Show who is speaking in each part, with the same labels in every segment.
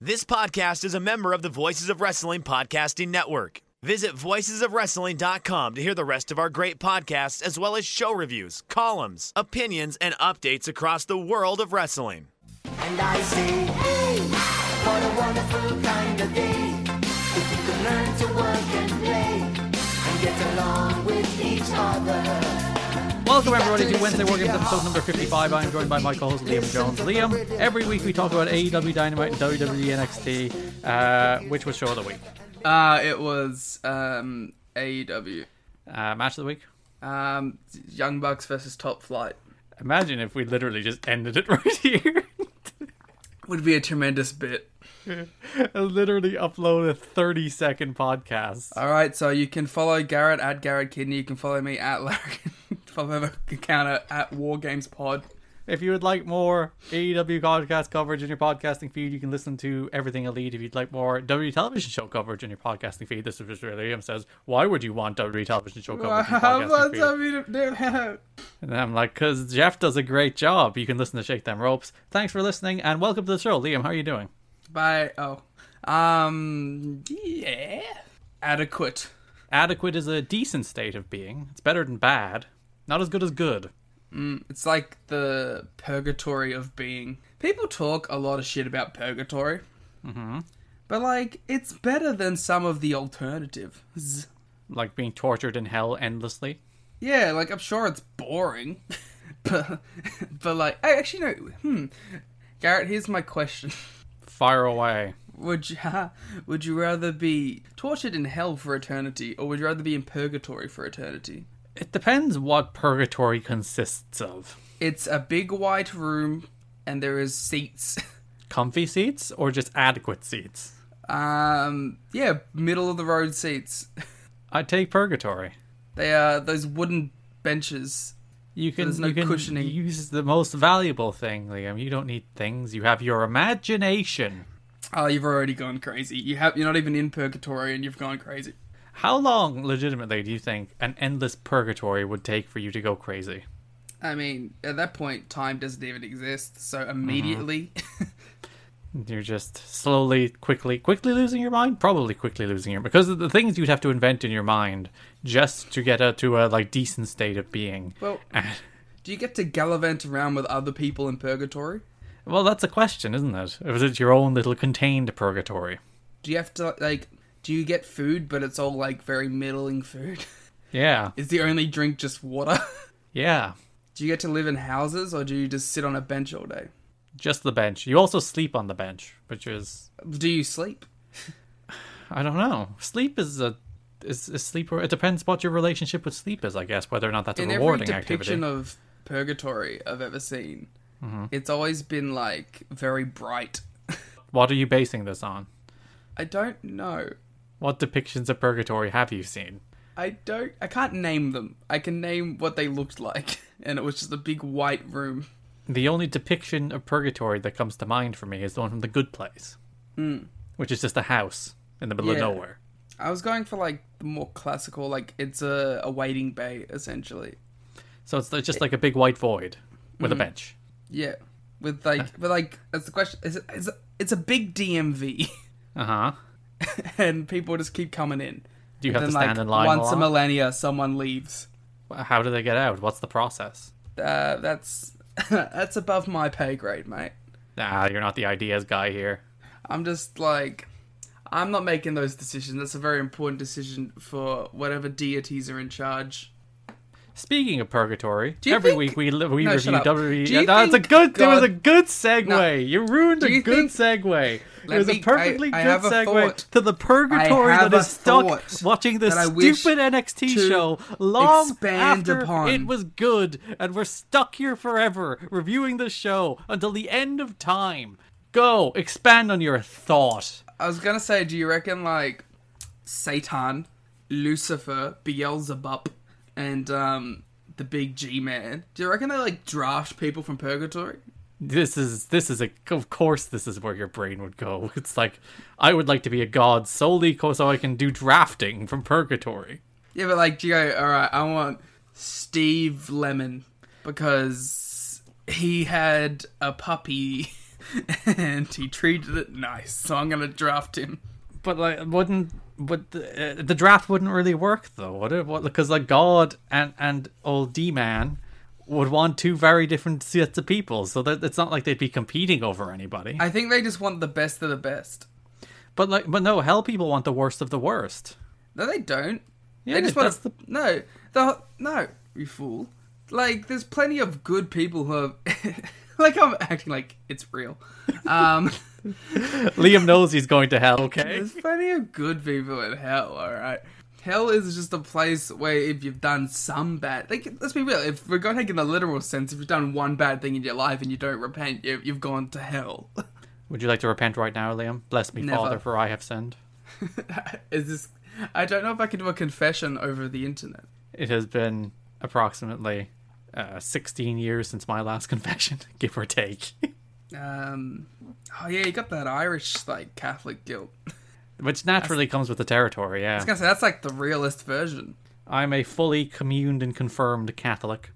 Speaker 1: This podcast is a member of the Voices of Wrestling Podcasting Network. Visit voicesofwrestling.com to hear the rest of our great podcasts, as well as show reviews, columns, opinions, and updates across the world of wrestling.
Speaker 2: And I say, hey, what a wonderful kind of day. If we could learn to work and play and get along with each other.
Speaker 3: Welcome everybody to Wednesday War Games episode number 55. I am joined by my co-host Liam Jones. Liam, every week we talk about AEW Dynamite and E WWE NXT. Uh, which was show of the week?
Speaker 4: Uh, it was um, AEW.
Speaker 3: Uh, match of the week?
Speaker 4: Um, Young Bucks versus Top Flight
Speaker 3: Imagine if we literally just ended it right here.
Speaker 4: would be a tremendous bit.
Speaker 3: literally upload a 30 second podcast.
Speaker 4: All right, so you can follow Garrett at Garrett Kidney. You can follow me at Larry. follow my account at War Games Pod.
Speaker 3: If you would like more AEW podcast coverage in your podcasting feed, you can listen to Everything Elite. If you'd like more WWE television show coverage in your podcasting feed, this is Mr. Liam says, Why would you want WWE television show coverage in your podcasting feed? And I'm like, Because Jeff does a great job. You can listen to Shake Them Ropes. Thanks for listening and welcome to the show. Liam, how are you doing?
Speaker 4: Bye. Oh, um, yeah, adequate.
Speaker 3: Adequate is a decent state of being. It's better than bad. Not as good as good.
Speaker 4: It's like the purgatory of being. People talk a lot of shit about purgatory, mm-hmm. but like it's better than some of the alternatives.
Speaker 3: Like being tortured in hell endlessly.
Speaker 4: Yeah, like I'm sure it's boring, but but like I actually no. Hmm, Garrett, here's my question:
Speaker 3: Fire away.
Speaker 4: Would you would you rather be tortured in hell for eternity, or would you rather be in purgatory for eternity?
Speaker 3: It depends what purgatory consists of.
Speaker 4: It's a big white room, and there is seats.
Speaker 3: comfy seats or just adequate seats?
Speaker 4: Um, yeah, middle of the road seats.
Speaker 3: I'd take purgatory.
Speaker 4: They are those wooden benches.
Speaker 3: You can,
Speaker 4: There's no
Speaker 3: you can
Speaker 4: cushioning.
Speaker 3: use the most valuable thing, Liam. You don't need things. You have your imagination.
Speaker 4: Oh, you've already gone crazy. You have you're not even in purgatory, and you've gone crazy.
Speaker 3: How long, legitimately, do you think an endless purgatory would take for you to go crazy?
Speaker 4: I mean, at that point, time doesn't even exist. So immediately,
Speaker 3: You're just slowly, quickly, quickly losing your mind. Probably quickly losing your because of the things you'd have to invent in your mind just to get a, to a like decent state of being.
Speaker 4: well, do you get to gallivant around with other people in purgatory?
Speaker 3: Well, that's a question, isn't it? Or is it your own little contained purgatory?
Speaker 4: Do you have to like? Do you get food, but it's all like very middling food?
Speaker 3: Yeah,
Speaker 4: Is the only drink just water?
Speaker 3: yeah.
Speaker 4: do you get to live in houses, or do you just sit on a bench all day?
Speaker 3: Just the bench. You also sleep on the bench, which is
Speaker 4: Do you sleep?
Speaker 3: I don't know. Sleep is a is, is sleep. It depends what your relationship with sleep is, I guess. Whether or not that's a
Speaker 4: in every
Speaker 3: rewarding
Speaker 4: depiction
Speaker 3: activity. Mm-hmm.
Speaker 4: of purgatory I've ever seen, it's always been like very bright.
Speaker 3: what are you basing this on?
Speaker 4: I don't know.
Speaker 3: What depictions of purgatory have you seen?
Speaker 4: I don't. I can't name them. I can name what they looked like, and it was just a big white room.
Speaker 3: The only depiction of purgatory that comes to mind for me is the one from The Good Place, which is just a house in the middle
Speaker 4: Mm. Yeah.
Speaker 3: of nowhere.
Speaker 4: I was going for like the more classical, like it's a, a waiting bay essentially.
Speaker 3: So it's like- just like a big white void
Speaker 4: Mm.
Speaker 3: with a bench.
Speaker 4: Yeah, with like, but like that's the question. Is it, is it, it's a big DMV,
Speaker 3: Uh huh.
Speaker 4: and people just keep coming in.
Speaker 3: Do you have
Speaker 4: then
Speaker 3: to
Speaker 4: like
Speaker 3: stand in line? a
Speaker 4: once a
Speaker 3: lot?
Speaker 4: millennia, someone leaves.
Speaker 3: How do they get out? What's the process?
Speaker 4: Uh, that's that's above my pay grade, mate.
Speaker 3: Ah, you're not the ideas guy here.
Speaker 4: I'm just like, I'm not making those decisions. That's a very important decision for whatever deities are in charge.
Speaker 3: Speaking of purgatory,
Speaker 4: you
Speaker 3: every
Speaker 4: think-
Speaker 3: week we li- we review
Speaker 4: No,
Speaker 3: E
Speaker 4: shut up.
Speaker 3: WWE.
Speaker 4: Do you
Speaker 3: No, it's a
Speaker 4: think
Speaker 3: good. It was
Speaker 4: God-
Speaker 3: a good segue.
Speaker 4: No.
Speaker 3: You ruined
Speaker 4: Do
Speaker 3: a
Speaker 4: you
Speaker 3: good
Speaker 4: think-
Speaker 3: segue. It
Speaker 4: Let
Speaker 3: was a
Speaker 4: me- I-
Speaker 3: perfectly
Speaker 4: I
Speaker 3: good
Speaker 4: have a
Speaker 3: segue
Speaker 4: thought.
Speaker 3: to the purgatory
Speaker 4: I have
Speaker 3: that is
Speaker 4: a
Speaker 3: stuck
Speaker 4: thought
Speaker 3: watching this
Speaker 4: that I wish
Speaker 3: stupid NXT
Speaker 4: to
Speaker 3: show long
Speaker 4: expand
Speaker 3: after
Speaker 4: upon.
Speaker 3: it was good, and we're stuck here forever reviewing the show until the end of time. Go expand on your thought.
Speaker 4: I was gonna say, do you reckon like Satan, Lucifer, Beelzebub, and um, the big G man? Do you reckon they like draft people from purgatory?
Speaker 3: This is this is a of course this is where your brain would go. It's like I would like to be a god solely 'cause- so I can do drafting from purgatory.
Speaker 4: Yeah, but like, do you go, all right, I want Steve Lemon because he had a puppy and he treated it nice, so I'm gonna draft him.
Speaker 3: But like, wouldn't but the, uh, the draft wouldn't really work though, would it? Because like God and and old D man would want two very different sets of people, so that it's not like they'd be competing over anybody.
Speaker 4: I think they just want the best of the best.
Speaker 3: but like, but no, hell people want the worst of the worst.
Speaker 4: No, they don't.
Speaker 3: Yeah,
Speaker 4: they just want
Speaker 3: that's
Speaker 4: to.
Speaker 3: the-
Speaker 4: No, the no, you fool. Like, there's plenty of good people who are. like, I'm acting like it's real. Um,
Speaker 3: Liam knows he's going to hell. Okay.
Speaker 4: there's plenty of good people in hell. All right, hell is just a place where if you've done some bad, like, let's be real. If we're going to take in the literal sense, if you've done one bad thing in your life and you don't repent, you, you've gone to hell.
Speaker 3: Would you like to repent right now, Liam? Bless me,
Speaker 4: Never.
Speaker 3: Father, for I have sinned.
Speaker 4: is this? I don't know if I can do a confession over the internet.
Speaker 3: It has been approximately uh, 16 years since my last confession, give or take.
Speaker 4: Um, oh yeah, you got that Irish like Catholic guilt.
Speaker 3: Which naturally comes with the territory, yeah.
Speaker 4: I was gonna say that's like the realist version.
Speaker 3: I'm a fully communed and confirmed Catholic.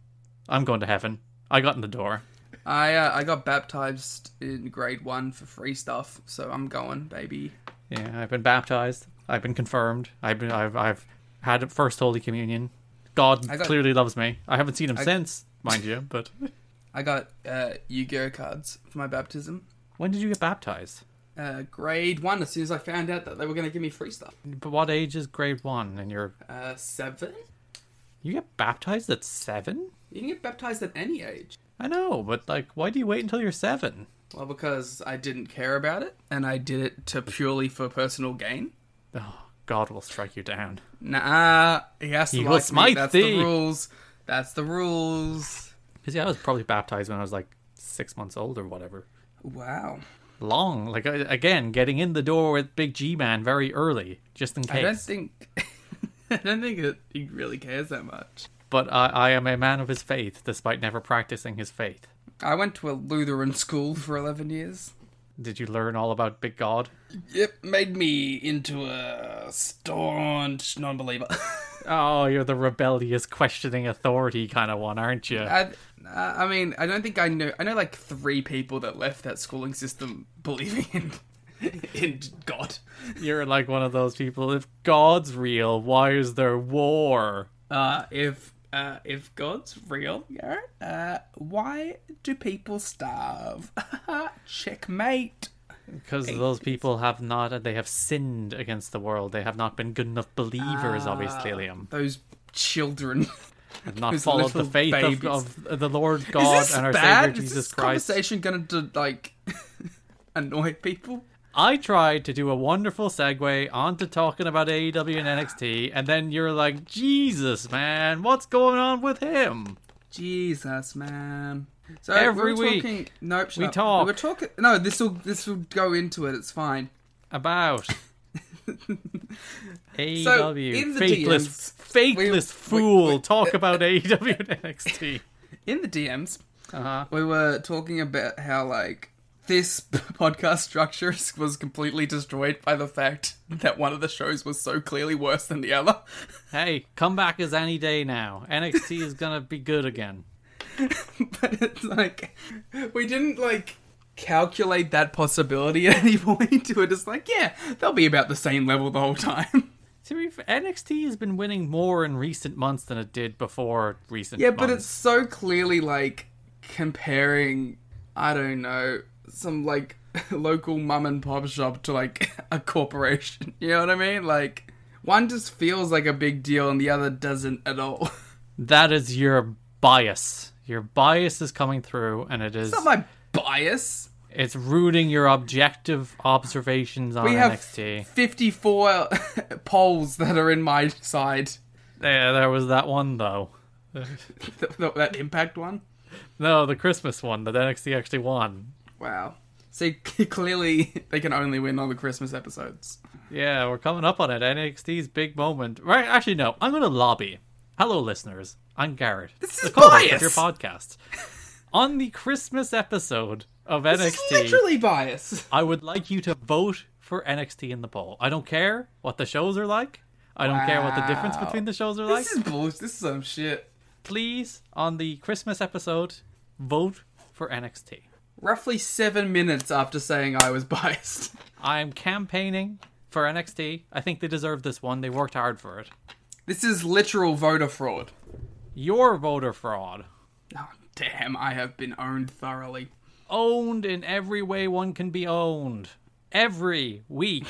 Speaker 3: I'm going to heaven. I got in the door.
Speaker 4: I uh, I got baptized in grade one for free stuff, so I'm going, baby.
Speaker 3: Yeah, I've been baptized. I've been confirmed. I've been, I've, I've had first Holy Communion. God
Speaker 4: I got-
Speaker 3: clearly loves me. I haven't seen him since, mind you, but.
Speaker 4: I got uh, Yu-Gi-Oh cards for my baptism.
Speaker 3: When did you get baptized?
Speaker 4: Uh, grade one, as soon as I found out that they were gonna give me free stuff.
Speaker 3: But what age is grade one? And you're.
Speaker 4: Uh, seven.
Speaker 3: You get baptized at seven?
Speaker 4: You can get baptized at any age.
Speaker 3: I know, but like, why do you wait until you're seven?
Speaker 4: Well, because I didn't care about it, and I did it to purely for personal gain.
Speaker 3: Oh, God will strike you down.
Speaker 4: Nah, he has to
Speaker 3: He will
Speaker 4: like me.
Speaker 3: smite eh?
Speaker 4: That's
Speaker 3: thee.
Speaker 4: the rules. That's the rules.
Speaker 3: Because yeah, I was probably baptized when I was like six months old or whatever.
Speaker 4: Wow.
Speaker 3: Long, like I- again, getting in the door with Big G Man very early, just in
Speaker 4: I don't
Speaker 3: case.
Speaker 4: think. I don't think that he really cares that much.
Speaker 3: but I, I am a man of his faith, despite never practicing his faith.
Speaker 4: I went to a Lutheran school for 11 years.
Speaker 3: Did you learn all about Big God?
Speaker 4: Yep, made me into a staunch non believer.
Speaker 3: Oh, you're the rebellious, questioning authority kind of one, aren't you?
Speaker 4: I, I mean, I don't think I know. I know like three people that left that schooling system believing in, in God.
Speaker 3: You're like one of those people. If God's real, why is there war?
Speaker 4: Uh, if. Uh, if God's real, yeah, uh, why do people starve? Checkmate.
Speaker 3: Because those people have not, they have sinned against the world. They have not been good enough believers, obviously, Liam.
Speaker 4: Those children.
Speaker 3: Have not
Speaker 4: those
Speaker 3: followed the
Speaker 4: little
Speaker 3: faith of,
Speaker 4: babies.
Speaker 3: of the Lord God
Speaker 4: Is this
Speaker 3: and our
Speaker 4: bad?
Speaker 3: Savior
Speaker 4: Is
Speaker 3: Jesus
Speaker 4: this
Speaker 3: Christ.
Speaker 4: conversation going to like annoy people?
Speaker 3: I tried to do a wonderful segue onto talking about AEW and NXT, and then you're like, Jesus, man, what's going on with him?
Speaker 4: Jesus, man. So
Speaker 3: Every
Speaker 4: we were
Speaker 3: week,
Speaker 4: talking. Nope. shut
Speaker 3: we
Speaker 4: up.
Speaker 3: talk.
Speaker 4: We were talking. No, this will this will go into it. It's fine.
Speaker 3: About. AEW,
Speaker 4: in the
Speaker 3: faithless,
Speaker 4: DMs,
Speaker 3: faithless
Speaker 4: we- we-
Speaker 3: fool, talk about AEW and NXT.
Speaker 4: In the DMs,
Speaker 3: Uh-huh.
Speaker 4: we were talking about how like this podcast structure was completely destroyed by the fact that one of the shows was so clearly worse than the other.
Speaker 3: Hey, comeback is any day now. NXT is gonna be good again.
Speaker 4: but it's like we didn't like calculate that possibility at any point. We're just like, yeah, they'll be about the same level the whole time.
Speaker 3: To be fair, NXT has been winning more in recent months than it did before recent.
Speaker 4: Yeah, but it's
Speaker 3: months.
Speaker 4: so clearly like comparing, I don't know, some like local mum and pop shop to like a corporation. You know what I mean? Like one just feels like a big deal and the other doesn't at all.
Speaker 3: that is your bias. Your bias is coming through, and it is
Speaker 4: Not my bias.
Speaker 3: it's rooting your objective observations on
Speaker 4: We have
Speaker 3: NXT.
Speaker 4: 54 polls that are in my side.
Speaker 3: Yeah, there was that one though.
Speaker 4: Th- th- that impact one.
Speaker 3: No, the Christmas one that NXT actually won.
Speaker 4: Wow. So clearly, they can only win on the Christmas episodes.
Speaker 3: Yeah, we're coming up on it. NXT's big moment. Right, actually, no. I'm going to lobby. Hello, listeners. I'm Garrett. This
Speaker 4: is bias!
Speaker 3: your podcast. on the Christmas episode of
Speaker 4: It's
Speaker 3: NXT,
Speaker 4: literally bias.
Speaker 3: I would like you to vote for NXT in the poll. I don't care what the shows are like. I don't care what the difference
Speaker 4: Wow.
Speaker 3: between the shows are like.
Speaker 4: This is bullshit. This is some shit.
Speaker 3: Please, on the Christmas episode, vote for NXT.
Speaker 4: Roughly seven minutes after saying I was biased.
Speaker 3: I'm campaigning for NXT. I think they deserve this one. They worked hard for it.
Speaker 4: This is literal voter fraud.
Speaker 3: Your voter fraud.
Speaker 4: Oh, damn, I have been owned thoroughly.
Speaker 3: owned in every way one can be owned. Every week,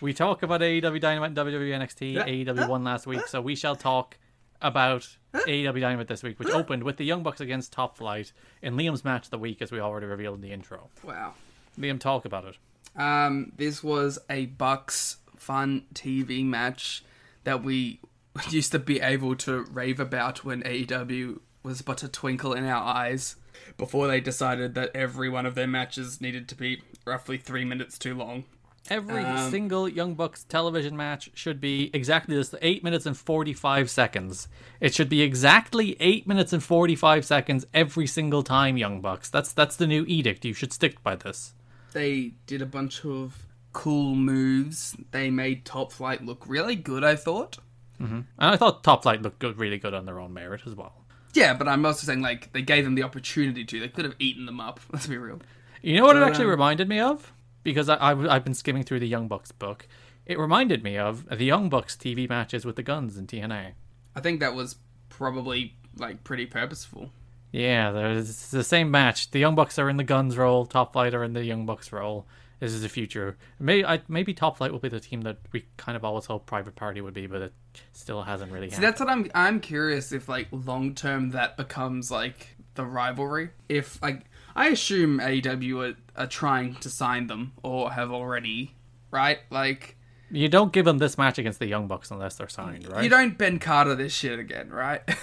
Speaker 3: we talk about AEW Dynamite, WWE NXT, AEW One E last week, so we shall talk about AEW Dynamite this week, which opened with the Young Bucks against Top Flight in Liam's match of the week, as we already revealed in the intro.
Speaker 4: Wow.
Speaker 3: Liam, talk about it.
Speaker 4: Um, this was a Bucks fun TV match that we used to be able to rave about when AEW was but a twinkle in our eyes before they decided that every one of their matches needed to be roughly three minutes too long.
Speaker 3: Every single Young Bucks television match should be exactly this 8 minutes and 45 seconds. It should be exactly 8 minutes and 45 seconds every single time, Young Bucks. That's, that's the new edict. You should stick by this.
Speaker 4: They did a bunch of cool moves. They made Top Flight look really good, I thought.
Speaker 3: And I thought Top Flight looked good, really good on their own merit as well.
Speaker 4: Yeah, but I'm also saying, like, they gave them the opportunity to. They could have eaten them up, let's be real.
Speaker 3: You know what it
Speaker 4: um,
Speaker 3: actually reminded me of? Because I, I, have been skimming through the Young Bucks book. It reminded me of the Young Bucks TV matches with the guns in TNA.
Speaker 4: I think that was probably, like, pretty purposeful.
Speaker 3: Yeah, there's it's the same match. The Young Bucks are in the guns role, Top Flight are in the Young Bucks role. This is the future. Maybe, I, maybe Top Flight will be the team that we kind of always hoped Private Party would be, but it still hasn't really happened.
Speaker 4: That's what I'm. I'm curious if like long term that becomes like the rivalry. If like I assume AEW are, are trying to sign them or have already, right? Like
Speaker 3: You don't give them this match against the Young Bucks unless they're signed, right?
Speaker 4: you don't Ben Carter this shit again, right?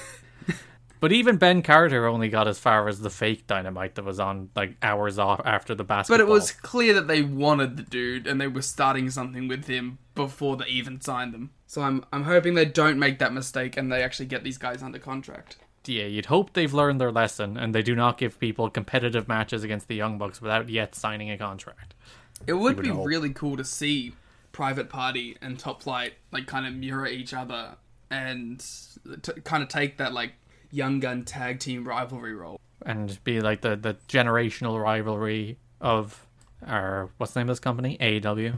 Speaker 3: But even Ben Carter only got as far as the fake dynamite that was on like hours off after the basketball.
Speaker 4: but it was clear that they wanted the dude and they were starting something with him before they even signed them. So I'm I'm hoping they don't make that mistake and they actually get these guys under contract.
Speaker 3: yeah. You'd hope they've learned their lesson and they do not give people competitive matches against the Young Bucks without yet signing a contract.
Speaker 4: It would be
Speaker 3: hope.
Speaker 4: really cool to see Private Party and Top Flight like kind of mirror each other and t- kind of take that like young gun tag team rivalry role.
Speaker 3: And be like the the generational rivalry of our what's the name of this company E AEW.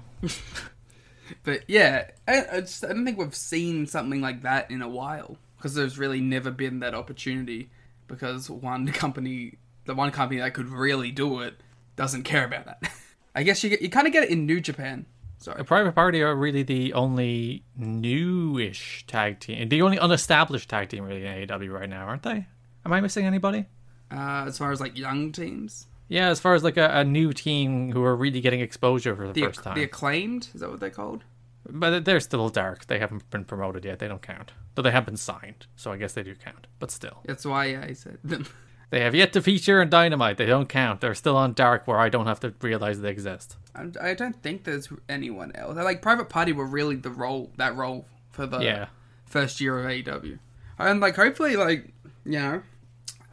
Speaker 4: But yeah, I, I just I don't think we've seen something like that in a while because there's really never been that opportunity because one company, the one company that could really do it, doesn't care about that. I guess you get, you kind of get it in New Japan. Sorry.
Speaker 3: Private Party are really the only newish tag team, the only unestablished tag team really in AEW right now, aren't they? Am I missing anybody?
Speaker 4: Uh, as far as like young teams,
Speaker 3: Yeah, as far as like a, a new team who are really getting exposure for the,
Speaker 4: the,
Speaker 3: first
Speaker 4: acc-
Speaker 3: time.
Speaker 4: the acclaimed is that what they're called?
Speaker 3: but they're still dark. They haven't been promoted yet. They don't count. Though they have been signed, so I guess they do count. But still.
Speaker 4: That's why I said them.
Speaker 3: They have yet to feature in Dynamite. They don't count. They're still on dark where I don't have to realize they exist.
Speaker 4: I'm- I don't think there's anyone else. Like Private Party were really the role that role for the
Speaker 3: Yeah.
Speaker 4: first year of AEW, and like hopefully like you know,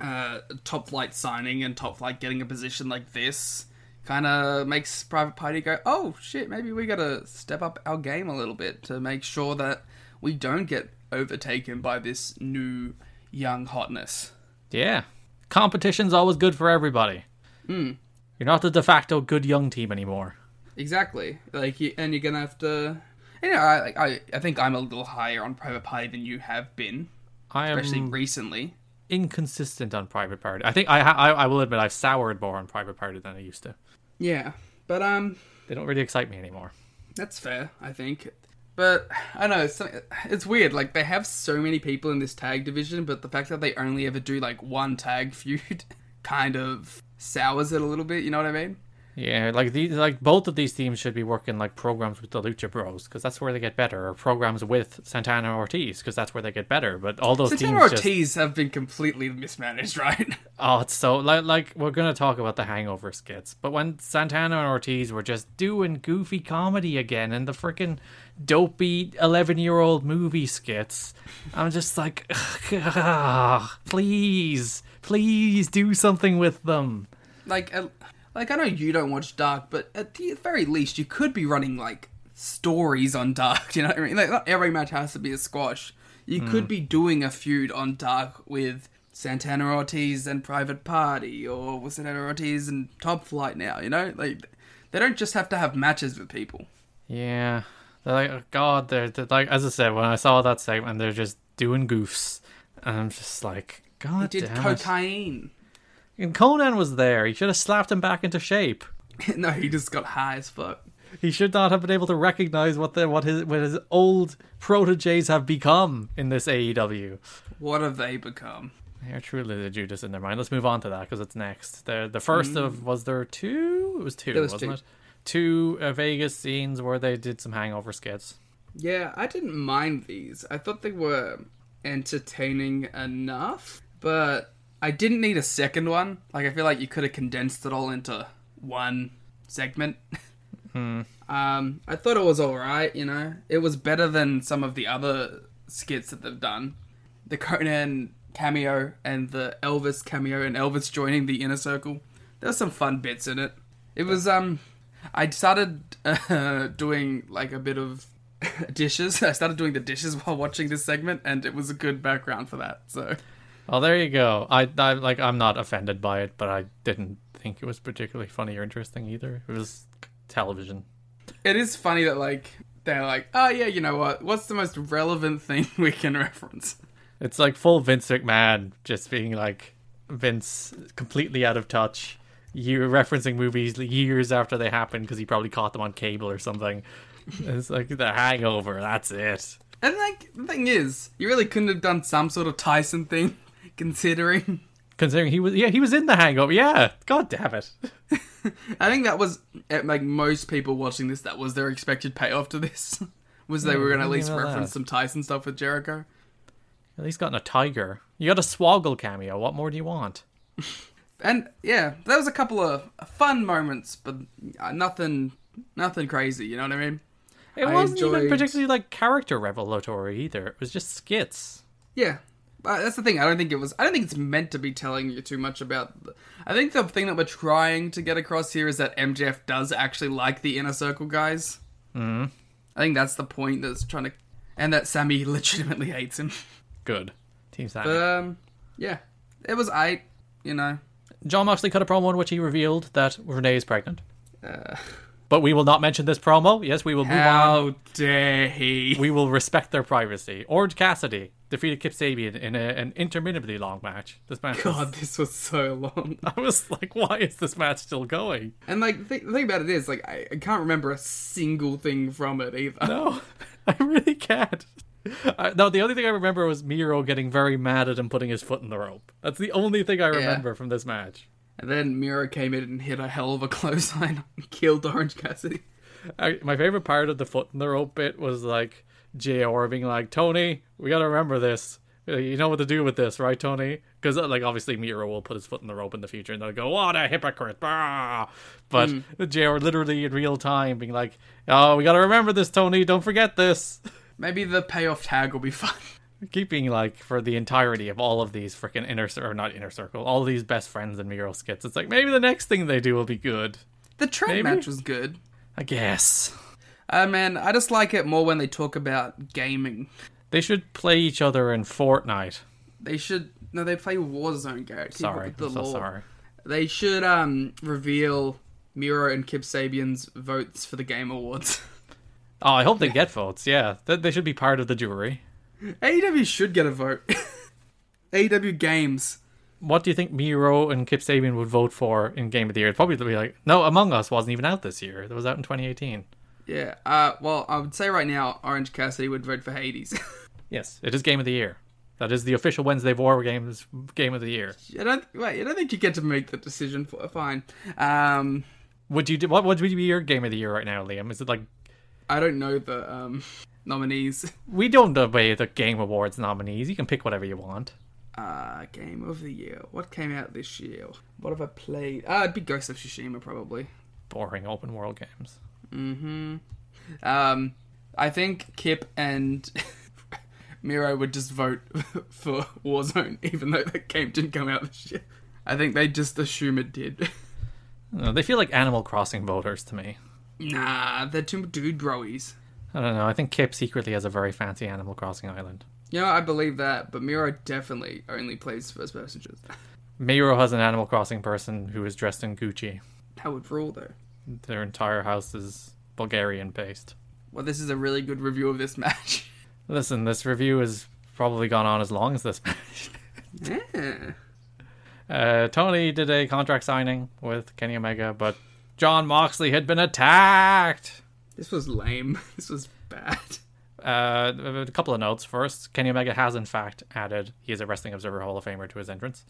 Speaker 4: uh, Top Flight signing and Top Flight getting a position like this kind of makes Private Party go, oh shit, maybe we gotta step up our game a little bit to make sure that we don't get overtaken by this new young hotness.
Speaker 3: Yeah. Competition's always good for everybody.
Speaker 4: Hmm.
Speaker 3: You're not the de facto good young team anymore.
Speaker 4: Exactly. Like, you, and you're gonna have to. You know, I, like, I I think I'm a little higher on Private Party than you have been,
Speaker 3: I am
Speaker 4: especially recently.
Speaker 3: inconsistent on Private Party. I think I, ha- I I will admit I've soured more on Private Party than I used to.
Speaker 4: Yeah, but um,
Speaker 3: They don't really excite me anymore.
Speaker 4: that's fair, I think. But I don't know it's, it's weird. Like they have so many people in this tag division, but the fact that they only ever do like one tag feud kind of sours it a little bit. You know what I mean?
Speaker 3: Yeah, like these, like both of these teams should be working like programs with the Lucha Bros because that's where they get better, or programs with Santana Ortiz because that's where they get better. But all those
Speaker 4: Santana
Speaker 3: teams just
Speaker 4: Ortiz have been completely mismanaged, right?
Speaker 3: Oh, it's so like like we're gonna talk about the hangover skits, but when Santana and Ortiz were just doing goofy comedy again in the freaking dopey eleven year old movie skits, I'm just like, please, please do something with them.
Speaker 4: like, uh, like I know you don't watch Dark, but at the very least, you could be running like stories on Dark. You know what I mean? Like, not every match has to be a squash. You
Speaker 3: Hmm.
Speaker 4: could be doing a feud on Dark with Santana Ortiz and Private Party, or with Santana Ortiz and Top Flight. Now, you know, like they don't just have to have matches with people.
Speaker 3: Yeah, they're like, oh, God, they're, they're like as I said when I saw that segment, they're just doing goofs, and I'm just like,
Speaker 4: He
Speaker 3: God
Speaker 4: did
Speaker 3: damn it.
Speaker 4: cocaine.
Speaker 3: And Conan was there. He should have slapped him back into shape.
Speaker 4: no, he just got high as fuck.
Speaker 3: he should not have been able to recognize what the what his what his old proteges have become in this E AEW.
Speaker 4: What have they become?
Speaker 3: They're truly the Judas in their mind. Let's move on to that because it's next. The the first of was there two? It was two,
Speaker 4: Mm. There was
Speaker 3: wasn't
Speaker 4: two.
Speaker 3: it? Two uh, Vegas scenes where they did some hangover skits.
Speaker 4: Yeah, I didn't mind these. I thought they were entertaining enough, but I didn't need a second one. Like, I feel like you could have condensed it all into one segment. Um, I thought it was alright, you know? It was better than some of the other skits that they've done. The Conan cameo and the Elvis cameo and Elvis joining the inner circle. There were some fun bits in it. It was, um, I started uh, doing like a bit of dishes. I started doing the dishes while watching this segment, and it was a good background for that. So
Speaker 3: Oh, there you go. I, I like I'm not offended by it, but I didn't think it was particularly funny or interesting either. It was television.
Speaker 4: it is funny that like they're like, oh yeah, you know what? What's the most relevant thing we can reference?
Speaker 3: It's like full Vince McMahon just being like Vince completely out of touch. You're referencing movies years after they happened because he probably caught them on cable or something. It's like the hangover, that's it.
Speaker 4: And like the thing is, you really couldn't have done some sort of Tyson thing, considering.
Speaker 3: Considering he was yeah, he was in the hangover. Yeah. God damn it.
Speaker 4: I think that was eh, like most people watching this. That was their expected payoff to this. Was they were going to at
Speaker 3: didn't
Speaker 4: least
Speaker 3: know that.
Speaker 4: reference some Tyson stuff with Jericho.
Speaker 3: At least gotten a tiger. You got a swoggle cameo. What more do you want?
Speaker 4: and yeah, there was a couple of fun moments, but uh, nothing, nothing crazy. You know what I mean?
Speaker 3: It
Speaker 4: I
Speaker 3: wasn't even
Speaker 4: enjoyed-
Speaker 3: particularly like character revelatory either. It was just skits.
Speaker 4: Yeah, but that's the thing. I don't think it was. I don't think it's meant to be telling you too much about. The, I think the thing that we're trying to get across here is that MJF does actually like the inner circle guys. Mm. I think that's the point that's trying to, and that Sammy legitimately hates him.
Speaker 3: Good. Team Sammy.
Speaker 4: Um, yeah, it was I. You know,
Speaker 3: John Moxley cut a promo in which he revealed that Renee is pregnant.
Speaker 4: Uh.
Speaker 3: But we will not mention this promo. Yes, we will move on.
Speaker 4: how dare he?
Speaker 3: We will respect their privacy. Orange Cassidy defeated Kip Sabian in a, an interminably long match. This match, was-
Speaker 4: God, this was so long.
Speaker 3: I was like, why is this match still going?
Speaker 4: And like the thing, the thing about it is, like I, I can't remember a single thing from it either.
Speaker 3: No, I really can't. I, no, the only thing I remember was Miro getting very mad at him putting his foot in the rope. That's the only thing I remember from this match.
Speaker 4: And then Miro came in and hit a hell of a clothesline and killed Orange Cassidy.
Speaker 3: I, my favorite part of the foot in the rope bit was like JR being like, Tony, we got to remember this. Uh, You know what to do with this, right, Tony? Because like obviously Miro will put his foot in the rope in the future, and they'll go, "What a hypocrite!" Bah! But JR literally in real time being like, "Oh, we got to remember this, Tony. Don't forget this."
Speaker 4: Maybe the payoff tag will be fun.
Speaker 3: Keeping like for the entirety of all of these freaking inner cir- or not inner circle, all these best friends and Miro skits. It's like maybe the next thing they do will be good.
Speaker 4: The Trent
Speaker 3: Maybe.
Speaker 4: match was good.
Speaker 3: I guess.
Speaker 4: Uh, man, I just like it more when they talk about gaming.
Speaker 3: They should play each other in Fortnite.
Speaker 4: They should no, they play Warzone, Garrett. Keep up
Speaker 3: Sorry,
Speaker 4: with the
Speaker 3: I'm so
Speaker 4: lore.
Speaker 3: sorry.
Speaker 4: They should um reveal Miro and Kip Sabian's votes for the Game Awards.
Speaker 3: Oh, I hope they get votes. Yeah, Th- they should be part of the jury.
Speaker 4: AEW should get a vote. AEW Games.
Speaker 3: What do you think Miro and Kip Sabian would vote for in Game of the Year? It'd probably be like, no, Among Us wasn't even out this year. It was out in 2018.
Speaker 4: Yeah. Uh, well, I would say right now, Orange Cassidy would vote for Hades.
Speaker 3: Yes, it is Game of the Year. That is the official Wednesday War Games Game of the Year.
Speaker 4: I don't. Wait, I don't think you get to make the decision. For, fine. Um,
Speaker 3: Would you do, what would be your game of the year right now, Liam? Is it like
Speaker 4: I don't know the um, nominees.
Speaker 3: we don't obey the game awards nominees? You can pick whatever you want.
Speaker 4: Uh, game of the year. What came out this year? What have I played? Ah, it'd be Ghost of Tsushima probably.
Speaker 3: Boring open world games.
Speaker 4: Um, I think Kip and Miro would just vote for Warzone, even though that game didn't come out this year. I think they just assume it did.
Speaker 3: No, they feel like Animal Crossing voters to me.
Speaker 4: nah, they're two dude broies.
Speaker 3: I don't know. I think Kip secretly has a very fancy Animal Crossing island.
Speaker 4: You know, I believe that, but Miro definitely only plays first person shooters.
Speaker 3: Miro has an Animal Crossing person who is dressed in Gucci.
Speaker 4: That would rule though.
Speaker 3: Their entire house is Bulgarian based.
Speaker 4: Well, this is a really good review of this match.
Speaker 3: Listen, this review has probably gone on as long as this match.
Speaker 4: yeah.
Speaker 3: Uh, Tony did a contract signing with Kenny Omega, but John Moxley had been attacked.
Speaker 4: This was lame. This was bad.
Speaker 3: Uh, a couple of notes. First, Kenny Omega has in fact added he is a Wrestling Observer Hall of Famer to his entrance.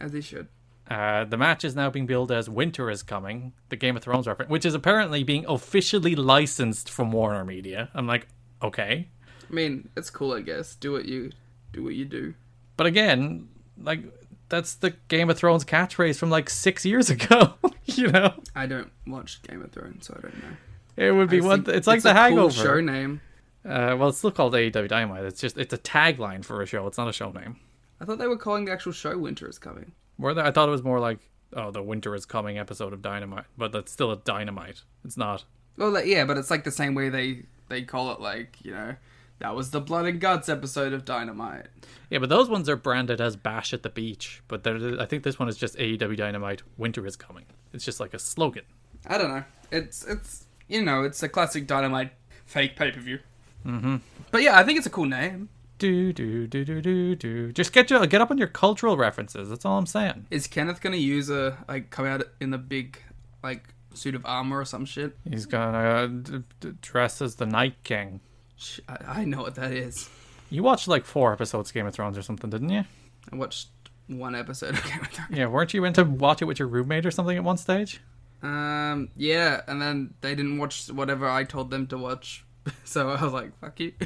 Speaker 4: As he should.
Speaker 3: Uh, the match is now being billed as Winter is Coming, the Game of Thrones reference, which is apparently being officially licensed from Warner Media. I'm like, okay.
Speaker 4: I mean, it's cool, I guess. Do what you do. What you do.
Speaker 3: But again, like, that's the Game of Thrones catchphrase from like six years ago, you know?
Speaker 4: I don't watch Game of Thrones, so I don't know.
Speaker 3: It would be
Speaker 4: I
Speaker 3: one.
Speaker 4: think
Speaker 3: it's like the
Speaker 4: a cool
Speaker 3: hangover.
Speaker 4: show name.
Speaker 3: Uh, well, it's still called AEW Dynamite. It's just it's a tagline for a show. It's not a show name.
Speaker 4: I thought they were calling the actual show "Winter is Coming."
Speaker 3: Where the, I thought it was more like oh the winter is coming episode of Dynamite, but that's still a Dynamite. It's not.
Speaker 4: Well, like, yeah, but it's like the same way they they call it like you know that was the blood and guts episode of Dynamite.
Speaker 3: Yeah, but those ones are branded as Bash at the Beach. But they're- I think this one is just AEW Dynamite. Winter is coming. It's just like a slogan.
Speaker 4: I don't know. It's it's you know it's a classic Dynamite fake pay per view. Mm-hmm. But yeah, I think it's a cool name.
Speaker 3: Do do do do do do. Just get your get up on your cultural references. That's all I'm saying.
Speaker 4: Is Kenneth gonna use a like come out in the big like suit of armor or some shit?
Speaker 3: He's gonna uh, d- d- dress as the Night King.
Speaker 4: Sh- I, I know what that is.
Speaker 3: You watched like four episodes of Game of Thrones or something, didn't you?
Speaker 4: I watched one episode of Game of Thrones.
Speaker 3: Yeah, weren't you into watch it with your roommate or something at one stage?
Speaker 4: Um, yeah, and then they didn't watch whatever I told them to watch, so I was like, "Fuck you."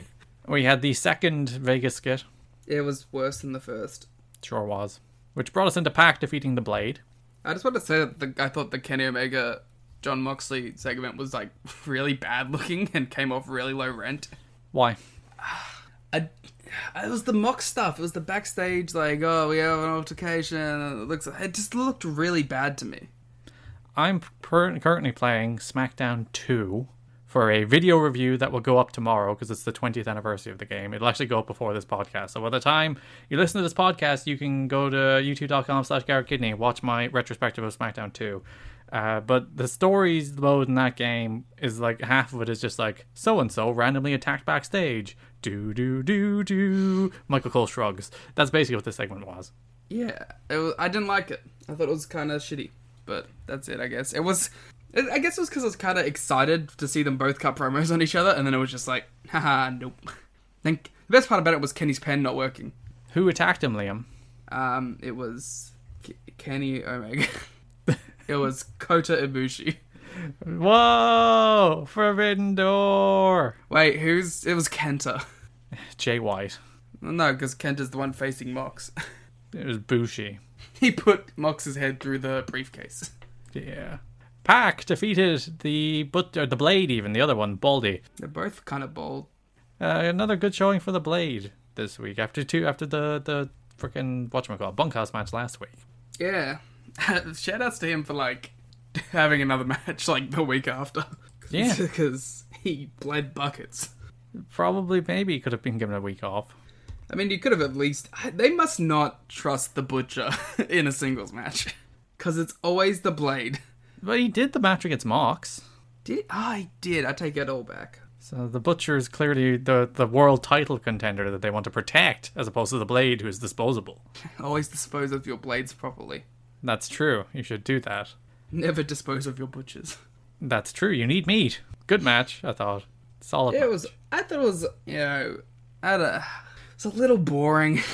Speaker 3: We had the second Vegas skit,
Speaker 4: It was worse than the first.
Speaker 3: sure was, which brought us into Pac defeating the Blade.
Speaker 4: I just want to say that the, I thought the Kenny Omega, John Moxley segment was like really bad looking and came off really low rent.
Speaker 3: Why?
Speaker 4: I, it was the mock stuff. It was the backstage like, "Oh, we have an altercation." and It looks. It just looked really bad to me.
Speaker 3: I'm per- currently playing SmackDown 2 for a video review that will go up tomorrow because it's the 20th anniversary of the game. It'll actually go up before this podcast. So by the time you listen to this podcast, you can go to youtube.com slash Garrett Kidney, watch my retrospective of SmackDown 2. Uh, but the stories load in that game is like half of it is just like so and so randomly attacked backstage. Do do do do. Michael Cole shrugs. That's basically what this segment was.
Speaker 4: Yeah, it was, I didn't like it. I thought it was kind of shitty, but that's it. I guess it was. It, I guess it was because I was kind of excited to see them both cut promos on each other, and then it was just like, haha, nope. Think the best part about it was Kenny's pen not working.
Speaker 3: Who attacked him, Liam?
Speaker 4: Um, it was K- Kenny Omega. it was Kota Ibushi.
Speaker 3: Whoa! Forbidden Door!
Speaker 4: Wait, who's? It was Kenta.
Speaker 3: Jay White.
Speaker 4: No, because Kenta's the one facing Mox.
Speaker 3: It was Bushi.
Speaker 4: he put Mox's head through the briefcase.
Speaker 3: Yeah. Pack defeated the but or the Blade, even the other one, Baldy.
Speaker 4: They're both kind of bold.
Speaker 3: Uh, another good showing for the Blade this week after two after the the freaking whatchamacallit bunkhouse match last week.
Speaker 4: Yeah. Shout outs to him for like having another match like the week after.
Speaker 3: Yeah.
Speaker 4: Because he bled buckets.
Speaker 3: Probably maybe could have been given a week off.
Speaker 4: I mean, you could have at least. They must not trust the butcher in a singles match. Because it's always the blade.
Speaker 3: But he did the match against Mox.
Speaker 4: Did I did. I take it all back.
Speaker 3: So the Butcher is clearly the, the world title contender that they want to protect, as opposed to the Blade who is disposable.
Speaker 4: Always dispose of your blades properly.
Speaker 3: That's true. You should do that.
Speaker 4: Never dispose of your butchers.
Speaker 3: That's true. You need meat. Good match, I thought. Solid.
Speaker 4: It was.
Speaker 3: match.
Speaker 4: I thought it was. You know, I don't, it's a little boring.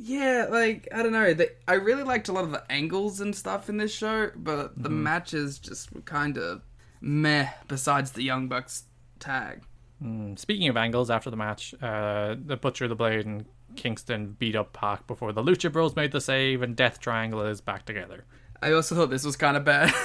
Speaker 4: Yeah, like I don't know. The, I really liked a lot of the angles and stuff in this show, but the matches just were kind of meh. Besides the Young Bucks tag,
Speaker 3: Speaking of angles, after the match, uh, the Butcher, the Blade, and Kingston beat up Pac before the Lucha Bros made the save, and Death Triangle is back together.
Speaker 4: I also thought this was kind of bad.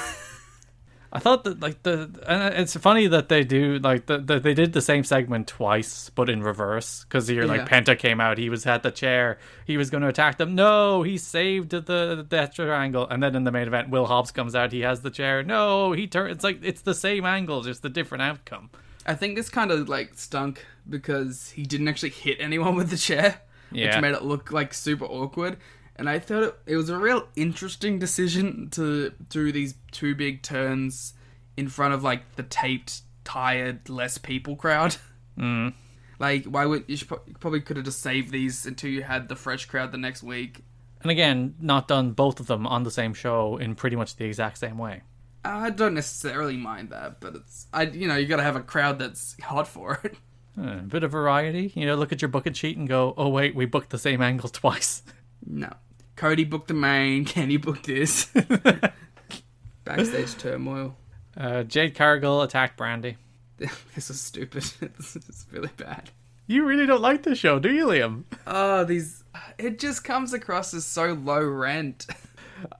Speaker 3: I thought that like the and it's funny that they do like the, the, they did the same segment twice but in reverse because here like
Speaker 4: Yeah.
Speaker 3: Penta came out he was at the chair he was going to attack them no he saved the, the death triangle and then in the main event Will Hobbs comes out he has the chair no he turns it's like it's the same angle just a different outcome
Speaker 4: I think this kind of like stunk because he didn't actually hit anyone with the chair,
Speaker 3: Yeah.
Speaker 4: which made it look like super awkward. And I thought it, it was a real interesting decision to do these two big turns in front of like the taped, tired, less people crowd. Like, why would you, should, pro- you probably could have just saved these until you had the fresh crowd the next week?
Speaker 3: and again not done both of them on the same show in pretty much the exact same way
Speaker 4: I don't necessarily mind that, but it's I you know you got to have a crowd that's hot for it.
Speaker 3: Uh, a bit of variety you know look at your bucket sheet and go oh wait we booked the same angle twice
Speaker 4: No. Cody booked the main. Kenny booked this. Backstage turmoil.
Speaker 3: uh, Jade Cargill attacked Brandy.
Speaker 4: This is stupid. this is really bad.
Speaker 3: You really don't like this show, do you, Liam?
Speaker 4: Oh, these. It just comes across as so low rent.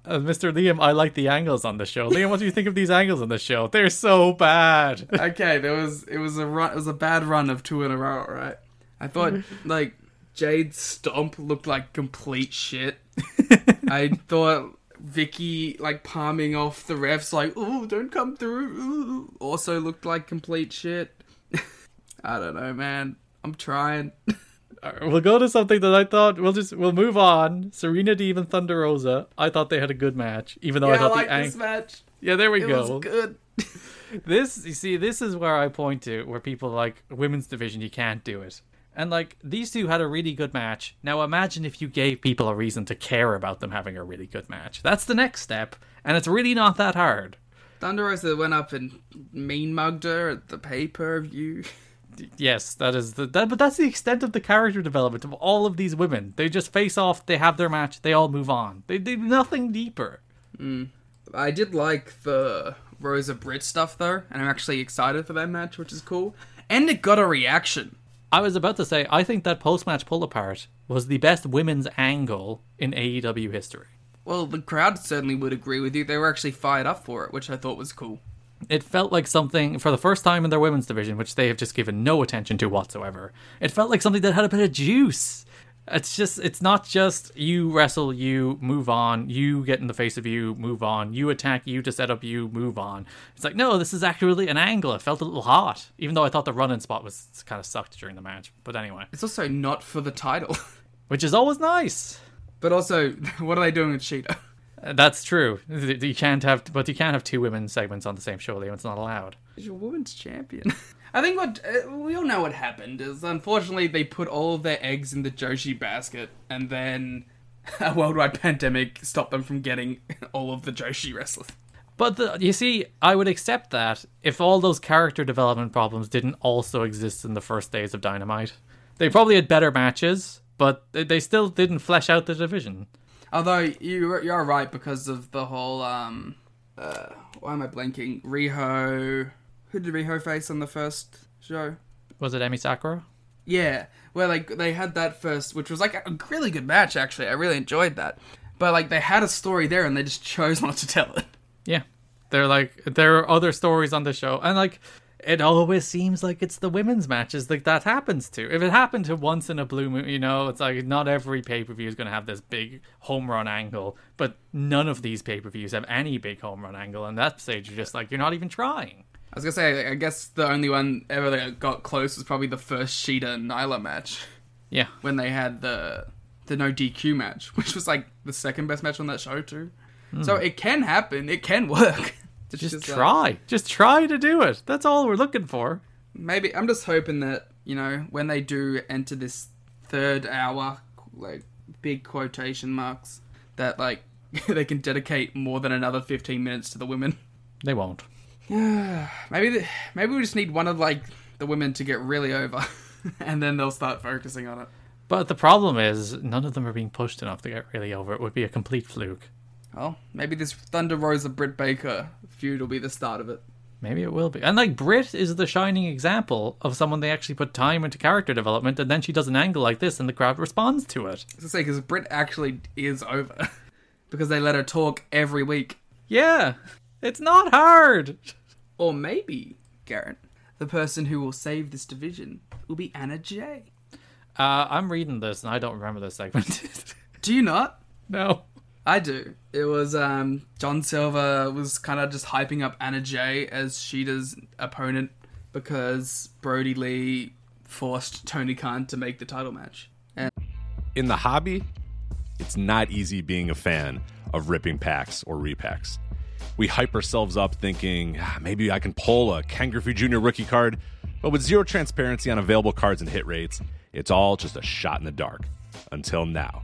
Speaker 3: Uh, Mr. Liam, I like the angles on the show. Liam, what do you think of these angles on the show? They're so bad.
Speaker 4: okay, there was it was a run. It was a bad run of two in a row, right? I thought
Speaker 3: Mm-hmm.
Speaker 4: like Jade's stomp looked like complete shit. I thought Vicky like palming off the refs, like "Ooh, don't come through," ooh," also looked like complete shit. I don't know, man. I'm trying.
Speaker 3: we'll go to something that I thought we'll just we'll move on. Serena Deeb and Thunder Rosa. I thought they had a good match, even though I
Speaker 4: yeah, I
Speaker 3: thought
Speaker 4: like
Speaker 3: the ang-
Speaker 4: this match.
Speaker 3: yeah, there we
Speaker 4: It
Speaker 3: go.
Speaker 4: was good.
Speaker 3: this you see this is where i point to where people are like women's division you can't do it and like these two had a really good match now imagine if you gave people a reason to care about them having a really good match that's the next step and it's really not that hard
Speaker 4: Thunder Rosa went up and mean mugged her at the pay per view.
Speaker 3: yes that is the that, but that's the extent of the character development of all of these women they just face off they have their match they all move on they do nothing deeper
Speaker 4: I did like the Rosa Britt stuff though, and I'm actually excited for that match, which is cool. And it got a reaction.
Speaker 3: I was about to say, I think that post match pull apart was the best women's angle in AEW history.
Speaker 4: Well, the crowd certainly would agree with you. They were actually fired up for it, which I thought was cool.
Speaker 3: It felt like something for the first time in their women's division, which they have just given no attention to whatsoever. It felt like something that had a bit of juice. It's just, it's not just you wrestle, you move on, you get in the face of you, move on, you attack you to set up you, move on. It's like, no, this is actually an angle. It felt a little hot, even though I thought the run in spot was kind of sucked during the match. But anyway,
Speaker 4: It's also not for the title,
Speaker 3: which is always nice.
Speaker 4: but also, what are they doing with Cheetah?
Speaker 3: Uh, That's true. You can't have, but you can't have two women segments on the same show, Liam. It's not allowed.
Speaker 4: She's a women's champion. I think what uh, we all know what happened is unfortunately they put all of their eggs in the Joshi basket, and then a worldwide pandemic stopped them from getting all of the Joshi wrestlers.
Speaker 3: But the, you see, I would accept that if all those character development problems didn't also exist in the first days of Dynamite. They probably had better matches, but they- they still didn't flesh out the division.
Speaker 4: Although you you're right because of the whole um uh why am I blanking? Riho who did Riho face on the first show?
Speaker 3: Was it Emi Sakura?
Speaker 4: Yeah, where like they had that first, which was like a really good match actually. I really enjoyed that. But like they had a story there and they just chose not to tell it.
Speaker 3: Yeah. They're like there are other stories on the show and like it always seems like it's the women's matches like that happens to. If it happened to once in a blue moon, you know, it's like not every pay-per-view is going to have this big home run angle, but none of these pay-per-views have any big home run angle and that stage you're just like you're not even trying.
Speaker 4: I was gonna say I guess the only one ever that got close was probably the first Sheeta and Nyla match
Speaker 3: Yeah.
Speaker 4: when they had the the no DQ match, which was like the second best match on that show too. So it can happen. It can work. It's
Speaker 3: Hmm.
Speaker 4: uh,
Speaker 3: Just,
Speaker 4: like-
Speaker 3: try. just try to do it. That's all we're looking for.
Speaker 4: maybe I'm just hoping that you know when they do enter this third hour, like big quotation marks, that like they can dedicate more than another 15 minutes to the women.
Speaker 3: They won't.
Speaker 4: Maybe the, maybe we just need one of like the women to get really over, and then they'll start focusing on it.
Speaker 3: But the problem is, none of them are being pushed enough to get really over. It would be a complete fluke.
Speaker 4: Well, maybe this Thunder Rosa Britt Baker feud will be the start of it.
Speaker 3: Maybe it will be. And like Brit is the shining example of someone they actually put time into character development, and then she does an angle like this, and the crowd responds to it.
Speaker 4: I was gonna say because Britt actually is over because they let her talk every week.
Speaker 3: Yeah, it's not hard.
Speaker 4: Or maybe, Garrett, the person who will save this division will be Anna Jay.
Speaker 3: Uh, I'm reading this, and I don't remember this segment.
Speaker 4: Do you not?
Speaker 3: no.
Speaker 4: I do. It was um, John Silver was kind of just hyping up Anna Jay as Sheeta's opponent because Brody Lee forced Tony Khan to make the title match.
Speaker 5: in the hobby, it's not easy being a fan of ripping packs or repacks. We hype ourselves up thinking "Ah, maybe I can pull a Ken Griffey Jr. rookie card, but with zero transparency on available cards and hit rates, it's all just a shot in the dark. Until now.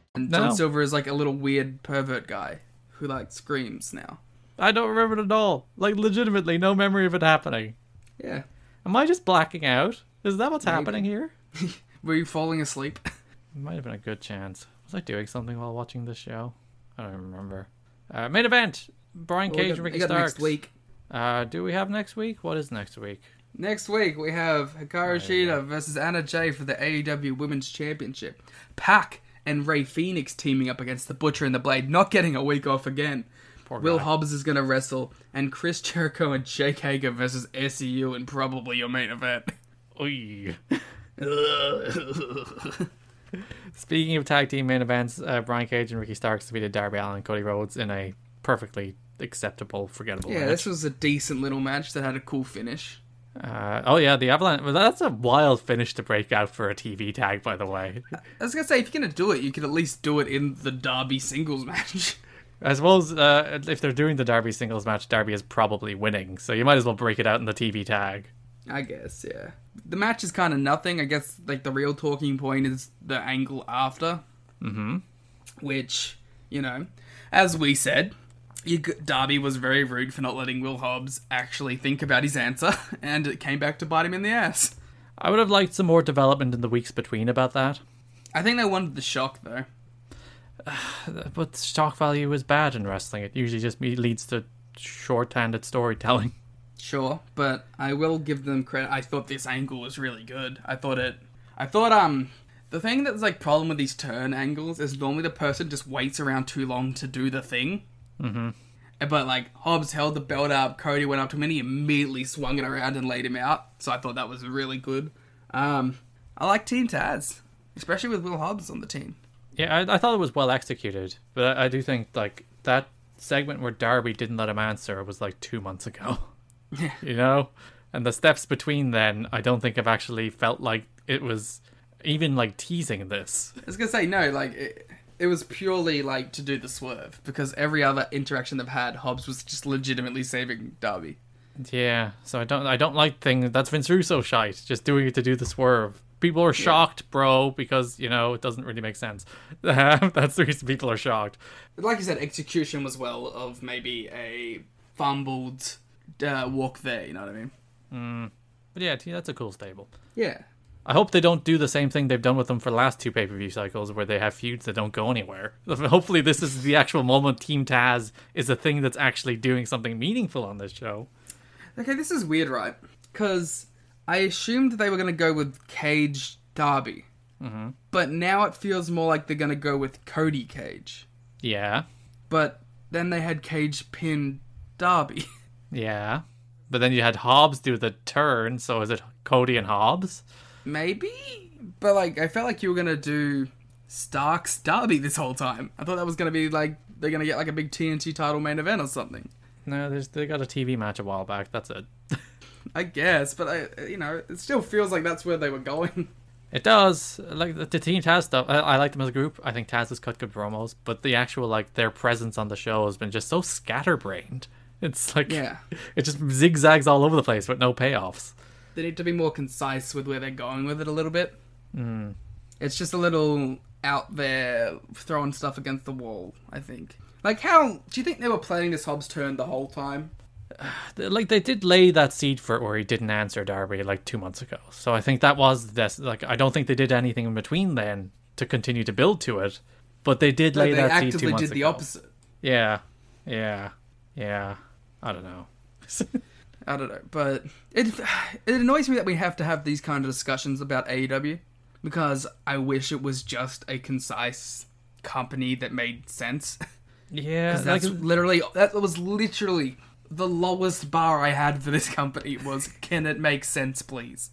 Speaker 4: And John
Speaker 3: No.
Speaker 4: Silver is like a little weird pervert guy who like screams now.
Speaker 3: I don't remember it at all. Like, legitimately, no memory of it happening.
Speaker 4: Yeah.
Speaker 3: Am I just blacking out? Is that what's happening here?
Speaker 4: Were you falling asleep?
Speaker 3: Might have been a good chance. Was I doing something while watching this show? I don't remember. Uh, main event: Brian
Speaker 4: We
Speaker 3: Cage,
Speaker 4: got-
Speaker 3: and
Speaker 4: we
Speaker 3: Ricky
Speaker 4: got
Speaker 3: Starks.
Speaker 4: next week.
Speaker 3: Uh, do we have next week? What is next week?
Speaker 4: Next week we have Hikaru Shida versus Anna Jay for the AEW Women's Championship. Pac and Ray Phoenix teaming up against the Butcher and the Blade, not getting a week off again. Will
Speaker 3: guy.
Speaker 4: Hobbs is gonna wrestle, and Chris Jericho and Jake Hager versus SEU and probably your main event.
Speaker 3: Oy. Speaking of tag team main events, uh, Brian Cage and Ricky Starks defeated Darby Allen and Cody Rhodes in a perfectly acceptable, forgettable
Speaker 4: yeah,
Speaker 3: match.
Speaker 4: this was a decent little match that had a cool finish.
Speaker 3: Uh, oh yeah, the Avalanche. Well, that's a wild finish to break out for a TV tag, by the way.
Speaker 4: I was gonna say, if you're gonna do it, you could at least do it in the Derby singles match.
Speaker 3: I suppose uh, if they're doing the Derby singles match, Derby is probably winning, so you might as well break it out in the TV tag.
Speaker 4: I guess, yeah. The match is kind of nothing. I guess, like, the real talking point is the angle after. Mm-hmm. Which, you know, as we said, you, g- Darby was very rude for not letting Will Hobbs actually think about his answer, and it came back to bite him in the ass.
Speaker 3: I would have liked some more development in the weeks between about that,
Speaker 4: I think they wanted the shock, though.
Speaker 3: but shock value is bad in wrestling. It usually just me- leads to short-handed storytelling.
Speaker 4: Sure, but I will give them credit. I thought this angle was really good. I thought it. I thought um the thing that's like problem with these turn angles is normally the person just waits around too long to do the thing. Mm-hmm. But like Hobbs held the belt up, Cody went up to him, and he immediately swung it around and laid him out. So I thought that was really good. Um, I like Team Taz, especially with Will Hobbs on the team.
Speaker 3: Yeah, I, I thought it was well executed, but I, I do think like that segment where Darby didn't let him answer was like two months ago. you know, and the steps between then, I don't think I've actually felt like it was even like teasing this.
Speaker 4: I was gonna say no, like it, it was purely like to do the swerve because every other interaction they've had, Hobbs was just legitimately saving Darby.
Speaker 3: Yeah, so I don't I don't like things that's Vince Russo shite, just doing it to do the swerve. People are shocked, bro, because you know it doesn't really make sense. that's the reason people are shocked.
Speaker 4: But like you said, execution was well of maybe a fumbled uh, walk there. You know what I mean?
Speaker 3: But yeah, that's a cool stable.
Speaker 4: Yeah.
Speaker 3: I hope they don't do the same thing they've done with them for the last two pay per view cycles where they have feuds that don't go anywhere. Hopefully, this is the actual moment Team Taz is a thing that's actually doing something meaningful on this show.
Speaker 4: Okay, this is weird, right? Because I assumed they were going to go with Cage Darby. But now it feels more like they're going to go with Cody Cage.
Speaker 3: Yeah.
Speaker 4: But then they had Cage pin Darby.
Speaker 3: Yeah. But then you had Hobbs do the turn, so is it Cody and Hobbs?
Speaker 4: Maybe? But like, I felt like you were going to do Starks Darby this whole time. I thought that was going to be like, they're going to get like a big TNT title main event or something.
Speaker 3: No, there's they got a TV match a while back. That's it.
Speaker 4: I guess, but I, you know, it still feels like that's where they were going.
Speaker 3: It does. Like the, the team Taz stuff, I, I like them as a group. I think Taz has cut good promos, but the actual like their presence on the show has been just so scatterbrained. It's like
Speaker 4: Yeah.
Speaker 3: it just zigzags all over the place with no payoffs.
Speaker 4: they need to be more concise with where they're going with it a little bit. Mm. It's just a little out there throwing stuff against the wall, I think. Like, how do you think they were planning this Hobbs turn the whole time?
Speaker 3: Like they did lay that seed for it where he didn't answer Darby like two months ago. So I think that was this. Like I don't think they did anything in between then to continue to build to it, but they did lay
Speaker 4: Like, they
Speaker 3: that seed two
Speaker 4: actively
Speaker 3: months
Speaker 4: did the
Speaker 3: ago.
Speaker 4: opposite.
Speaker 3: Yeah, yeah, yeah. I don't know.
Speaker 4: I don't know, but it it annoys me that we have to have these kind of discussions about AEW because I wish it was just a concise company that made sense.
Speaker 3: yeah,
Speaker 4: That's
Speaker 3: like-
Speaker 4: literally that was literally the lowest bar I had for this company was can it make sense, please?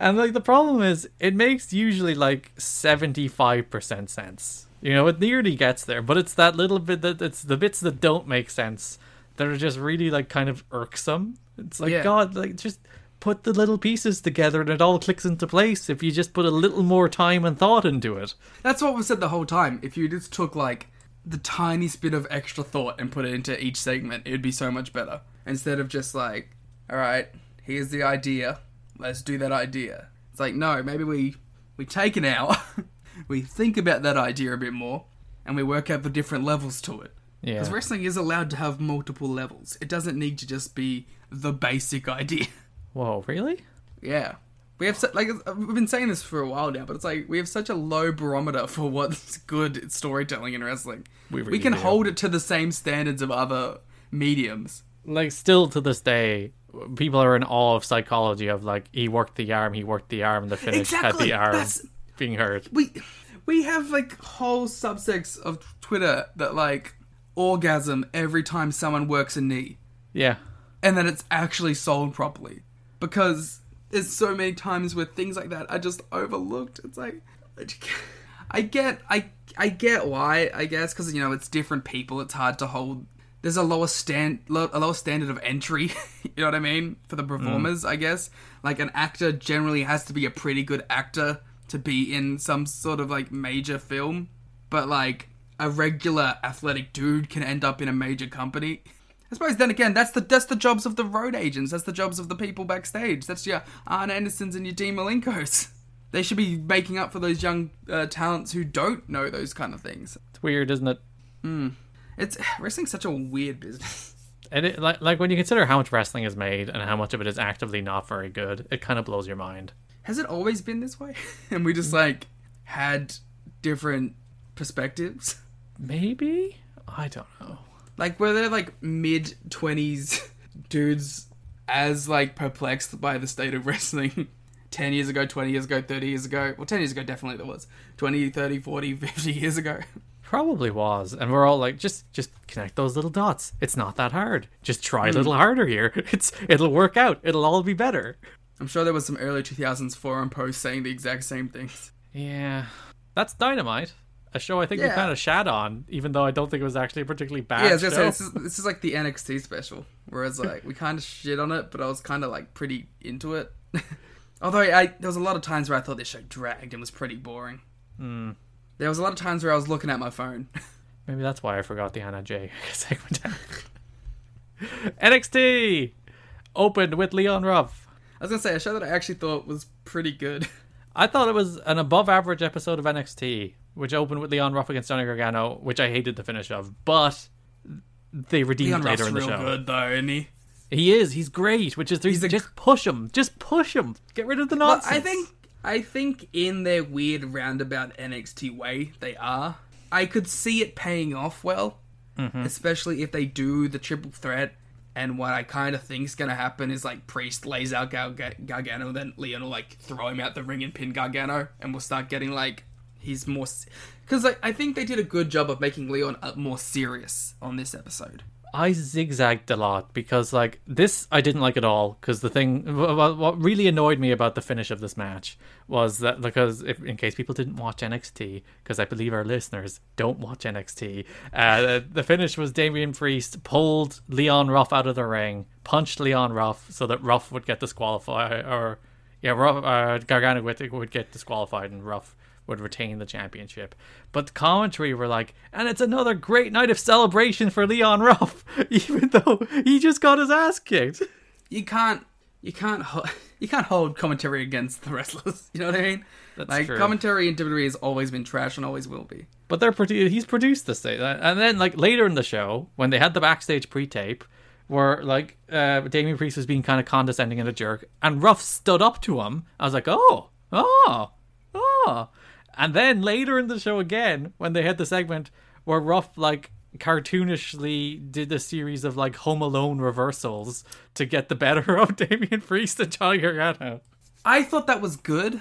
Speaker 3: And like the problem is, it makes usually like seventy five percent sense. You know, it nearly gets there, but it's that little bit that it's the bits that don't make sense that are just really like kind of irksome. It's like
Speaker 4: Yeah.
Speaker 3: God, like just put the little pieces together and it all clicks into place if you just put a little more time and thought into it.
Speaker 4: That's what was said the whole time. If you just took like the tiniest bit of extra thought and put it into each segment, it'd be so much better. Instead of just like, all right, here's the idea, let's do that idea. It's like no, maybe we we take an hour, we think about that idea a bit more, and we work out the different levels to it.
Speaker 3: Yeah.
Speaker 4: Because wrestling is allowed to have multiple levels. It doesn't need to just be the basic idea.
Speaker 3: Whoa, really?
Speaker 4: Yeah. We have su- like it's- we've been saying this for a while now, but it's like we have such a low barometer for what's good storytelling in wrestling. We,
Speaker 3: really
Speaker 4: can
Speaker 3: do.
Speaker 4: hold it to the same standards of other mediums.
Speaker 3: like still to this day people are in awe of psychology of like he worked the arm he worked the arm the finish had
Speaker 4: Exactly,
Speaker 3: the arm
Speaker 4: that's-
Speaker 3: being hurt
Speaker 4: We we have like whole subsects of Twitter that like orgasm every time someone works a knee,
Speaker 3: yeah
Speaker 4: and that it's actually sold properly because there's so many times where things like that are just overlooked. It's like I get I I get why I guess because you know it's different people. It's hard to hold there's a lower stand lo- a lower standard of entry you know what i mean for the performers i guess like an actor generally has to be a pretty good actor to be in some sort of like major film but like a regular athletic dude can end up in a major company I suppose then again, that's the that's the jobs of the road agents. That's the jobs of the people backstage. That's your Arn Andersons and your Dean Malinkos. They should be making up for those young uh, talents who don't know those kind of things.
Speaker 3: It's weird, isn't it?
Speaker 4: It's wrestling's such a weird business.
Speaker 3: And it, like, like when you consider how much wrestling is made and how much of it is actively not very good, it kind of blows your mind.
Speaker 4: Has it always been this way? and we just like had different perspectives.
Speaker 3: Maybe I don't know.
Speaker 4: Like were there like mid twenties dudes as like perplexed by the state of wrestling 10 years ago, 20 years ago, 30 years ago? Well, 10 years ago definitely there was. 20, 30, 40, 50 years ago.
Speaker 3: Probably was, and we're all like, just just connect those little dots. It's not that hard. Just try a little harder here. It's it'll work out. It'll all be better.
Speaker 4: I'm sure there was some early 2000s forum posts saying the exact same things.
Speaker 3: Yeah, that's Dynamite, a show I think we
Speaker 4: Yeah.
Speaker 3: kind of shat on, even though I don't think it was actually a particularly bad.
Speaker 4: Yeah, I was gonna
Speaker 3: show.
Speaker 4: say, this is, this is like the NXT special, whereas like we kind of shit on it, but I was kind of like pretty into it. Although I there was a lot of times where I thought this show dragged and was pretty boring. There was a lot of times where I was looking at my phone.
Speaker 3: Maybe that's why I forgot the Anna J segment. NXT opened with Leon Ruff.
Speaker 4: I was gonna say a show that I actually thought was pretty good.
Speaker 3: I thought it was an above average episode of NXT, which opened with Leon Ruff against Johnny Gargano, which I hated the finish of, but they redeemed
Speaker 4: Leon
Speaker 3: later
Speaker 4: Ruff's
Speaker 3: in the
Speaker 4: real
Speaker 3: show.
Speaker 4: good though, isn't he?
Speaker 3: He is. He's great. Which is the
Speaker 4: He's a-
Speaker 3: just push him. Just push him. Get rid of the
Speaker 4: Well,
Speaker 3: nonsense.
Speaker 4: I think I think in their weird roundabout NXT way, they are. I could see it paying off well, Mm-hmm. especially if they do the triple threat. And what I kind of think's gonna happen is like Priest lays out Gar- Gar- Gargano, then Leon will like throw him out the ring and pin Gargano, and we'll start getting like he's more because like, I think they did a good job of making Leon uh, more serious on this episode.
Speaker 3: I zigzagged a lot because like this I didn't like at all because the thing wh- wh- what really annoyed me about the finish of this match was that because if, in case people didn't watch NXT because I believe our listeners don't watch NXT uh, the- the finish was Damian Priest pulled Leon Ruff out of the ring punched Leon Ruff so that Ruff would get disqualified or yeah Ruff, uh, Gargano would, would get disqualified and Ruff would retain the championship. But the commentary were like, and it's another great night of celebration for Leon Ruff, even though he just got his ass kicked.
Speaker 4: you can't you can't ho- you can't hold commentary against the wrestlers. You know what I mean?
Speaker 3: That's
Speaker 4: like
Speaker 3: true.
Speaker 4: commentary in WWE has always been trash and always will be.
Speaker 3: But they're produ- he's produced this thing. And then like later in the show, when they had the backstage pre-tape, where like uh, Damien Priest was being kind of condescending and a jerk, and Ruff stood up to him. I was like, oh, oh, oh. And then later in the show again, when they had the segment where Ruff like cartoonishly did a series of like Home Alone reversals to get the better of Damien Priest and Johnny Gargano.
Speaker 4: I thought that was good,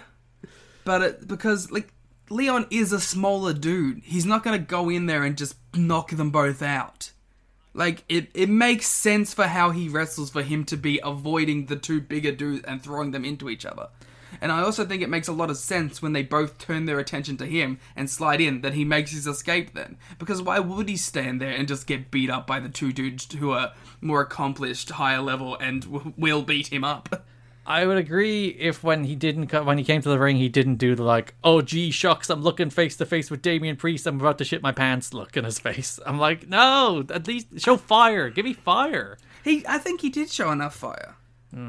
Speaker 4: but it, because like Leon is a smaller dude, he's not gonna go in there and just knock them both out. Like it, it makes sense for how he wrestles for him to be avoiding the two bigger dudes and throwing them into each other. And I also think it makes a lot of sense when they both turn their attention to him and slide in that he makes his escape then. Because why would he stand there and just get beat up by the two dudes who are more accomplished, higher level, and w- will beat him up?
Speaker 3: I would agree if when he didn't co- when he came to the ring he didn't do the like oh gee shucks I'm looking face to face with Damien Priest I'm about to shit my pants look in his face I'm like no at least show fire give me fire
Speaker 4: He, I think he did show enough fire,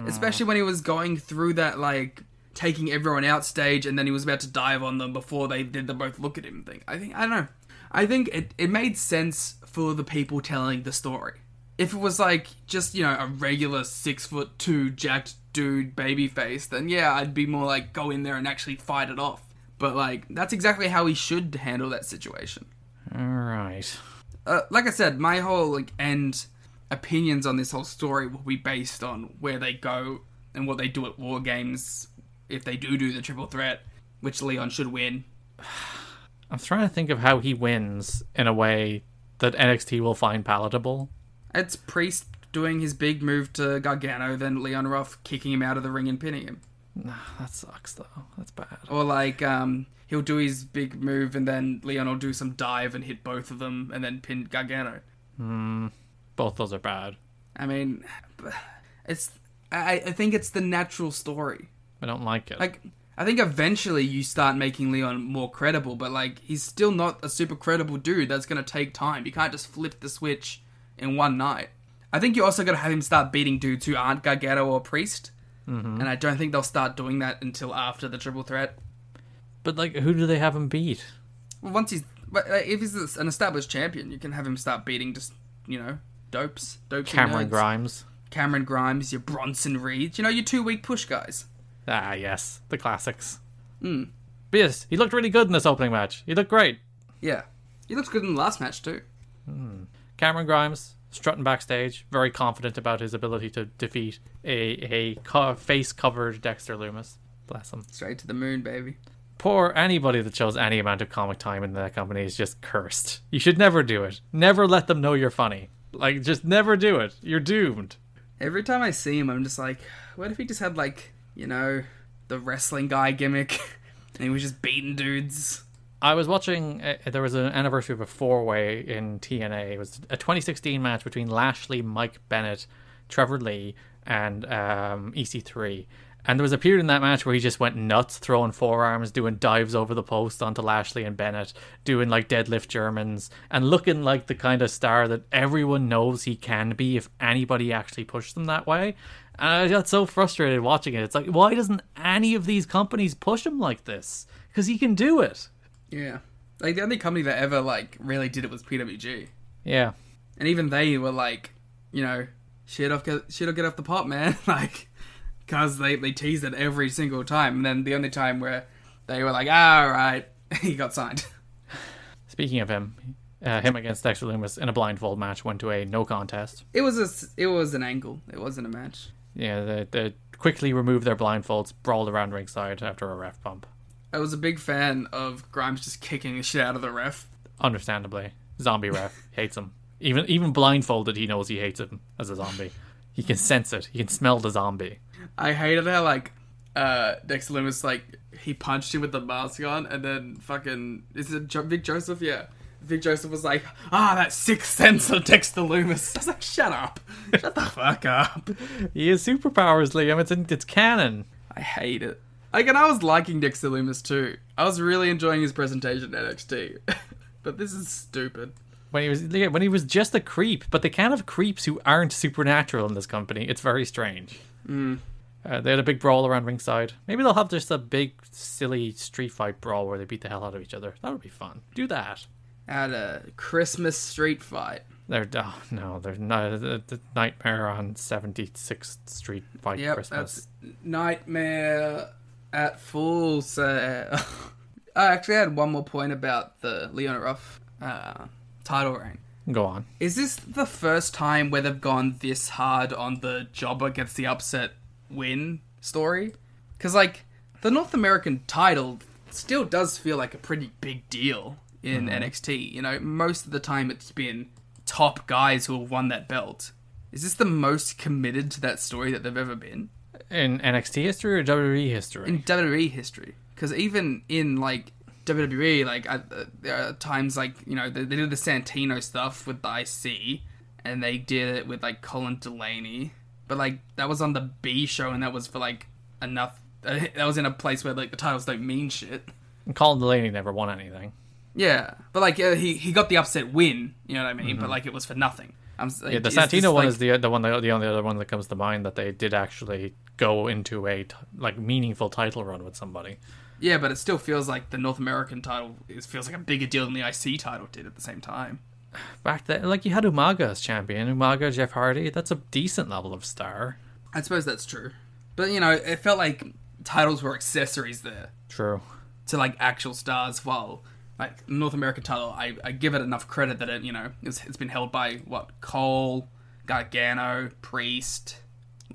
Speaker 4: especially when he was going through that like taking everyone out stage, and then he was about to dive on them before they did the both look at him thing. I think I don't know. I think it it made sense for the people telling the story. If it was like just you know a regular six foot two jacked dude baby face, then yeah, I'd be more like go in there and actually fight it off. But like that's exactly how he should handle that situation
Speaker 3: all right
Speaker 4: uh, like I said, my whole like end opinions on this whole story will be based on where they go and what they do at war games if they do do the triple threat, which Leon should win.
Speaker 3: I'm trying to think of how he wins in a way that NXT will find palatable
Speaker 4: It's Priest doing his big move to Gargano, then Leon Ruff kicking him out of the ring and pinning him,
Speaker 3: that sucks though that's bad
Speaker 4: or like um he'll do his big move and then Leon will do some dive and hit both of them and then pin Gargano.
Speaker 3: Both those are bad.
Speaker 4: I mean, it's. I, I think it's the natural story.
Speaker 3: I don't like it.
Speaker 4: Like, I think eventually you start making Leon more credible, but like, he's still not a super credible dude. That's gonna take time. You can't just flip the switch in one night. I think you're also gonna have him start beating dudes who aren't Gargano or Priest, and I don't think they'll start doing that until after the Triple Threat.
Speaker 3: but like, who do they have him beat?
Speaker 4: Well, once he's, but like, if he's an established champion, you can have him start beating just you know dopes, dopes, and
Speaker 3: Cameron
Speaker 4: nerds.
Speaker 3: Grimes.
Speaker 4: Cameron Grimes, your Bronson Reed, you know, your two week push guys.
Speaker 3: Ah, yes, the classics. Hmm. But yes, he looked really good in this opening match. He looked great.
Speaker 4: Yeah. He looks good in the last match, too.
Speaker 3: Cameron Grimes strutting backstage, very confident about his ability to defeat a a co- face covered Dexter Loomis. Bless him.
Speaker 4: Straight to the moon, baby.
Speaker 3: Poor anybody that shows any amount of comic time in that company is just cursed. You should never do it. Never let them know you're funny. Like, just never do it. You're doomed.
Speaker 4: Every time I see him, I'm just like, what if he just had, like, you know, the wrestling guy gimmick and he was just beating dudes?
Speaker 3: I was watching. Uh, there was an anniversary of a four-way in TNA. It was a 2016 match between Lashley, Mike Bennett, Trevor Lee, and um, EC3. And there was a period in that match where he just went nuts, throwing forearms, doing dives over the post onto Lashley and Bennett, doing like deadlift Germans, and looking like the kind of star that everyone knows he can be if anybody actually pushed them that way. And I got so frustrated watching it. It's like, why doesn't any of these companies push him like this? Because he can do it.
Speaker 4: Yeah. Like, the only company that ever, like, really did it was PWG.
Speaker 3: Yeah.
Speaker 4: And even they were like, you know, shit off, get, shit or get off the pot, man. like, because they, they teased it every single time. And then the only time where they were like, all right, he got signed.
Speaker 3: Speaking of him, uh, him against Dexter Loomis in a blindfold match went to a no contest.
Speaker 4: It was a, s- it was an angle. It wasn't a match.
Speaker 3: Yeah, they, they quickly removed their blindfolds, brawled around ringside after a ref bump.
Speaker 4: I was a big fan of Grimes just kicking the shit out of the ref.
Speaker 3: Understandably, zombie ref hates him. Even even blindfolded, he knows he hates him as a zombie. He can sense it. He can smell the zombie.
Speaker 4: I hated how like uh Dexter Loomis like he punched him with the mask on, and then fucking is it jo- Vic Joseph? Yeah, Vic Joseph was like, ah, that sixth sense of Dexter Loomis. I was like, shut up, shut the fuck up.
Speaker 3: He has superpowers, Liam. It's in, it's canon.
Speaker 4: I hate it. Like, and I was liking Dexter Loomis too. I was really enjoying his presentation at NXT, but this is stupid.
Speaker 3: When he was yeah, when he was just a creep, but they can have creeps who aren't supernatural in this company. It's very strange.
Speaker 4: Hmm.
Speaker 3: Uh, they had a big brawl around ringside. Maybe they'll have just a big silly street fight brawl where they beat the hell out of each other. That would be fun. Do that.
Speaker 4: At a Christmas street fight.
Speaker 3: They're oh no, they're not the, the nightmare on Seventy Sixth Street fight
Speaker 4: Yep,
Speaker 3: Christmas.
Speaker 4: that's Nightmare at Full Sail. I actually had one more point about the Leona Ruff uh, title reign.
Speaker 3: Go on.
Speaker 4: Is this the first time where they've gone this hard on the jobber gets the upset win story? Because, like, the North American title still does feel like a pretty big deal in NXT. You know, most of the time it's been top guys who have won that belt. Is this the most committed to that story that they've ever been?
Speaker 3: In NXT history or WWE history?
Speaker 4: in WWE history. Because even in like WWE, like I, uh, there are times like you know they, they did the Santino stuff with the IC, and they did it with like Colin Delaney, but like that was on the B show, and that was for like enough. That was in a place where like the titles don't mean shit.
Speaker 3: Colin Delaney never won anything.
Speaker 4: Yeah, but like uh, he he got the upset win. You know what I mean? But like it was for nothing. I'm, s- like,
Speaker 3: Mm-hmm. Yeah, the
Speaker 4: is this,
Speaker 3: Santino one
Speaker 4: like-
Speaker 3: is the the one that, the only other one that comes to mind that they did actually go into a t- like meaningful title run with somebody.
Speaker 4: Yeah, but it still feels like the North American title is feels like a bigger deal than the IC title did at the same time.
Speaker 3: Back then, like you had Umaga as champion, Umaga, Jeff Hardy. That's a decent level of star.
Speaker 4: I suppose that's true. But you know, it felt like titles were accessories there
Speaker 3: True.
Speaker 4: to like actual stars. While like North American title, I, I give it enough credit that it you know it's, it's been held by what Cole, Gargano, Priest,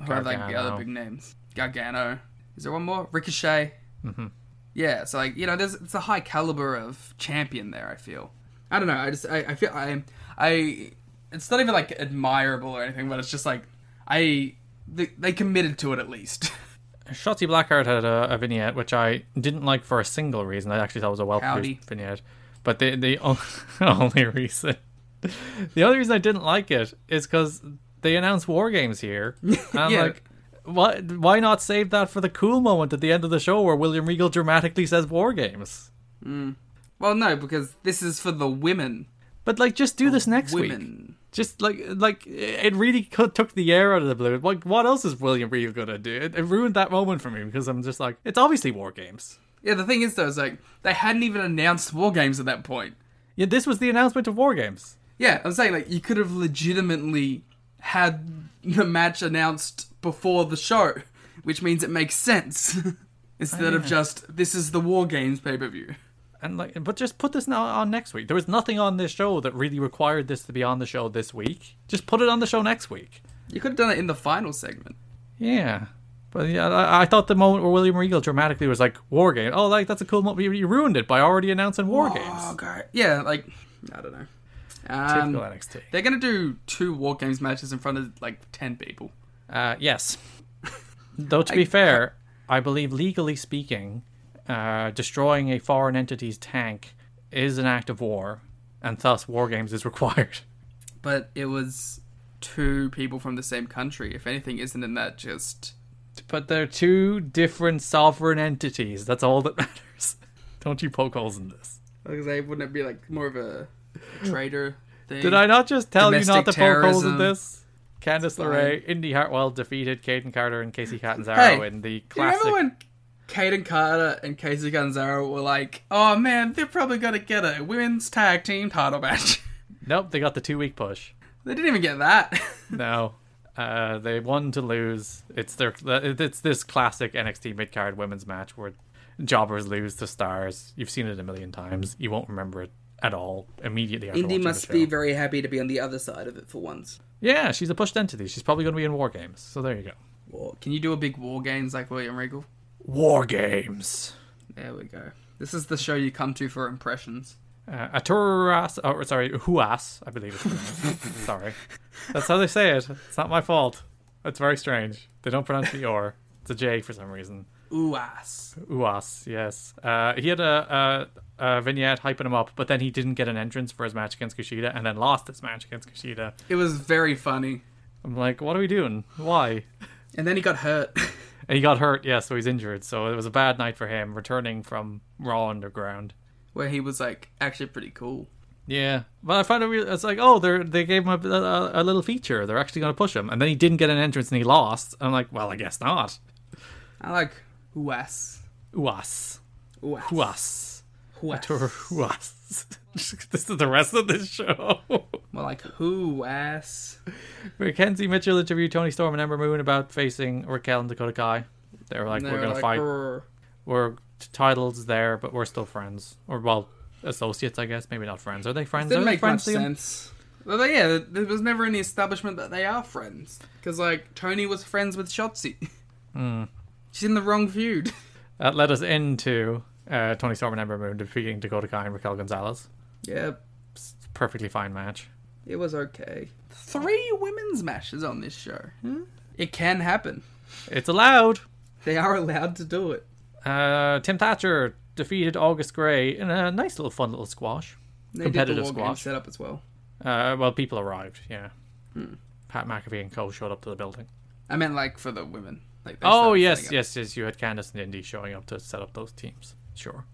Speaker 4: who are like the
Speaker 3: Gargano.
Speaker 4: other big names. Gargano. Is there one more? Ricochet. Mm-hmm. Yeah. So like you know, there's it's a high caliber of champion there. I feel. I don't know. I just I, I feel I I it's not even like admirable or anything, but it's just like I they, they committed to it at least.
Speaker 3: Shotzi Blackheart had a, a vignette which I didn't like for a single reason. I actually thought it was a well
Speaker 4: Howdy.
Speaker 3: produced vignette, but the the o- only reason The only reason I didn't like it is because they announced war games here. And I'm
Speaker 4: Yeah.
Speaker 3: like, why, why not save that for the cool moment at the end of the show where William Regal dramatically says war games?
Speaker 4: Well, no, because this is for the women.
Speaker 3: But like, just do this next week.
Speaker 4: Oh, women.
Speaker 3: Just like, like it really co- took the air out of the blue. Like, what else is William Regal gonna do? It, it ruined that moment for me because I'm just like, it's obviously war games.
Speaker 4: Yeah, the thing is though, is like they hadn't even announced war games at that point.
Speaker 3: Yeah, this was the announcement of war games.
Speaker 4: Yeah, I'm saying like you could have legitimately had the match announced before the show, which means it makes sense instead of just this is the war games pay per view.
Speaker 3: and like but just put this now on next week there was nothing on this show that really required this to be on the show this week just put it on the show next week
Speaker 4: You could have done it in the final segment.
Speaker 3: yeah but yeah i, I thought the moment where william regal dramatically was like war game oh like that's a cool moment you ruined it by already announcing war
Speaker 4: Oh
Speaker 3: games
Speaker 4: god, yeah, like I don't know. Um,
Speaker 3: typical nxt
Speaker 4: they're gonna do two war games matches in front of like ten people.
Speaker 3: uh, yes though to be fair i believe legally speaking uh, destroying a foreign entity's tank is an act of war and thus war games is required
Speaker 4: but it was two people from the same country. If anything, isn't in that just
Speaker 3: But they're two different sovereign entities. That's all that matters. Don't you poke holes in this.
Speaker 4: like I say, wouldn't it be like more of a traitor thing?
Speaker 3: Did I not just tell you not to
Speaker 4: Domestic
Speaker 3: poke holes in
Speaker 4: terrorism.
Speaker 3: this? Candice LeRae, Indy Hartwell defeated Caden Carter and Casey Catanzaro
Speaker 4: Hey,
Speaker 3: in the
Speaker 4: Do you remember
Speaker 3: classic.
Speaker 4: when Caden Carter and Casey Gonzaro were like, "Oh man, they're probably gonna get a women's tag team title match."
Speaker 3: Nope, they got the two week push.
Speaker 4: they didn't even get that.
Speaker 3: No. Uh, they won to lose. It's their. uh, It's this classic NXT mid card women's match where jobbers lose to stars. You've seen it a million times. You won't remember it at all immediately. After watching the show.
Speaker 4: very happy to be on the other side of it for once.
Speaker 3: Yeah, she's a pushed entity. She's probably going to be in War Games. So there you go.
Speaker 4: War. Can you do a big war games like William Regal?
Speaker 3: War Games.
Speaker 4: There we go. This is the show you come to for impressions.
Speaker 3: Uh, Aturas, oh, sorry, Huas, I believe it's pronounced. sorry. That's how they say it. It's not my fault. It's very strange. They don't pronounce the or. It's a J for some reason.
Speaker 4: Ooh ass.
Speaker 3: Uas, yes. Uh, he had a, a, a vignette hyping him up, but then he didn't get an entrance for his match against Kushida and then lost his match against Kushida.
Speaker 4: It was very funny.
Speaker 3: I'm like, what are we doing? Why?
Speaker 4: And then he got hurt.
Speaker 3: And he got hurt, yeah, so he's injured. So it was a bad night for him returning from Raw Underground.
Speaker 4: where he was like actually pretty cool.
Speaker 3: Yeah, but I find it weird. It's like, oh, they are they gave him a, a, a little feature. They're actually going to push him, and then he didn't get an entrance and he lost. And I'm like, well, I guess not.
Speaker 4: I like Huas.
Speaker 3: Uas,
Speaker 4: Huas.
Speaker 3: uas,
Speaker 4: Huas.
Speaker 3: uas. this is the rest of this show.
Speaker 4: More like Huas.
Speaker 3: Mackenzie Mitchell interviewed Tony Storm and Ember Moon about facing Raquel and Dakota Kai. They were like,
Speaker 4: And they
Speaker 3: we're
Speaker 4: were
Speaker 3: going to
Speaker 4: like,
Speaker 3: fight.
Speaker 4: "Brr."
Speaker 3: We're t- titles there, but we're still friends, or well, associates, I guess. Maybe not friends. Are they friends?
Speaker 4: Didn't
Speaker 3: Are they
Speaker 4: make much
Speaker 3: friends, Liam?
Speaker 4: sense. But they- yeah, there was never any establishment that they are friends. Because like Tony was friends with Shotzi.
Speaker 3: Hmm.
Speaker 4: She's in the wrong feud.
Speaker 3: That led Uh, us into uh, Tony Storm and Ember Moon defeating Dakota Kai and Raquel Gonzalez.
Speaker 4: yeah,
Speaker 3: perfectly fine match.
Speaker 4: it was okay. Three women's matches on this show. Hmm? It can happen.
Speaker 3: It's allowed.
Speaker 4: They are allowed to do it.
Speaker 3: Uh, Tim Thatcher defeated August Gray in a nice little fun little squash.
Speaker 4: They
Speaker 3: Competitive
Speaker 4: did the war game
Speaker 3: squash.
Speaker 4: setup as well.
Speaker 3: Uh, well, people arrived. Yeah. Pat McAfee and Co showed up to the building.
Speaker 4: I meant like for the women. Like they
Speaker 3: Oh
Speaker 4: started
Speaker 3: yes,
Speaker 4: setting up.
Speaker 3: yes, yes. You had Candice and Indy showing up to set up those teams. Sure.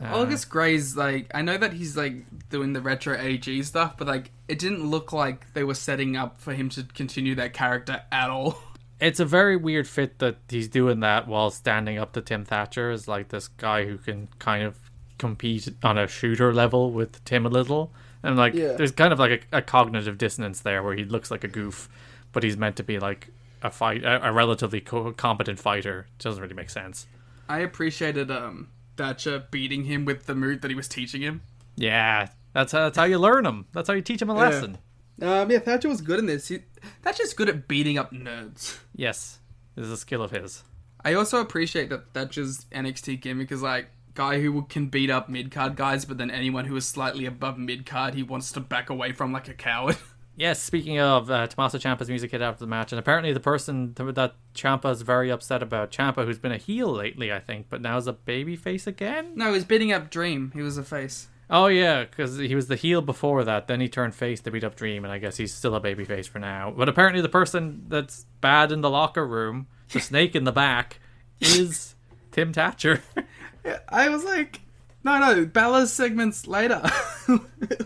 Speaker 4: August Gray's like I know that he's like doing the retro AG stuff, but like it didn't look like they were setting up for him to continue that character at all.
Speaker 3: It's a very weird fit that he's doing that while standing up to Tim Thatcher as like this guy who can kind of compete on a shooter level with Tim a little. And like, there's kind of like a, a cognitive dissonance there where he looks like a goof, but he's meant to be like a fight, a, a relatively co- competent fighter. Doesn't really make sense.
Speaker 4: I appreciated um Thatcher beating him with the move that he was teaching him.
Speaker 3: Yeah, that's how, that's how you learn him. That's how you teach him a lesson.
Speaker 4: Um yeah, Thatcher was good in this. He, Thatcher's good at beating up nerds.
Speaker 3: Yes, this is a skill of his.
Speaker 4: I also appreciate that Thatcher's NXT gimmick is like guy who can beat up mid card guys, but then anyone who is slightly above mid card he wants to back away from like a coward.
Speaker 3: Yes, speaking of uh, Tommaso Ciampa's music hit after the match, and apparently the person th- that Ciampa's very upset about, Ciampa, who's been a heel lately, I think, but now is a babyface again?
Speaker 4: no, he was beating up Dream. He was a face.
Speaker 3: Oh yeah, because he was the heel before that. Then he turned face to beat up Dream, and I guess he's still a baby face for now. But apparently, the person that's bad in the locker room, the snake in the back, is Tim Thatcher.
Speaker 4: I was like, no, no, Bella's segments later.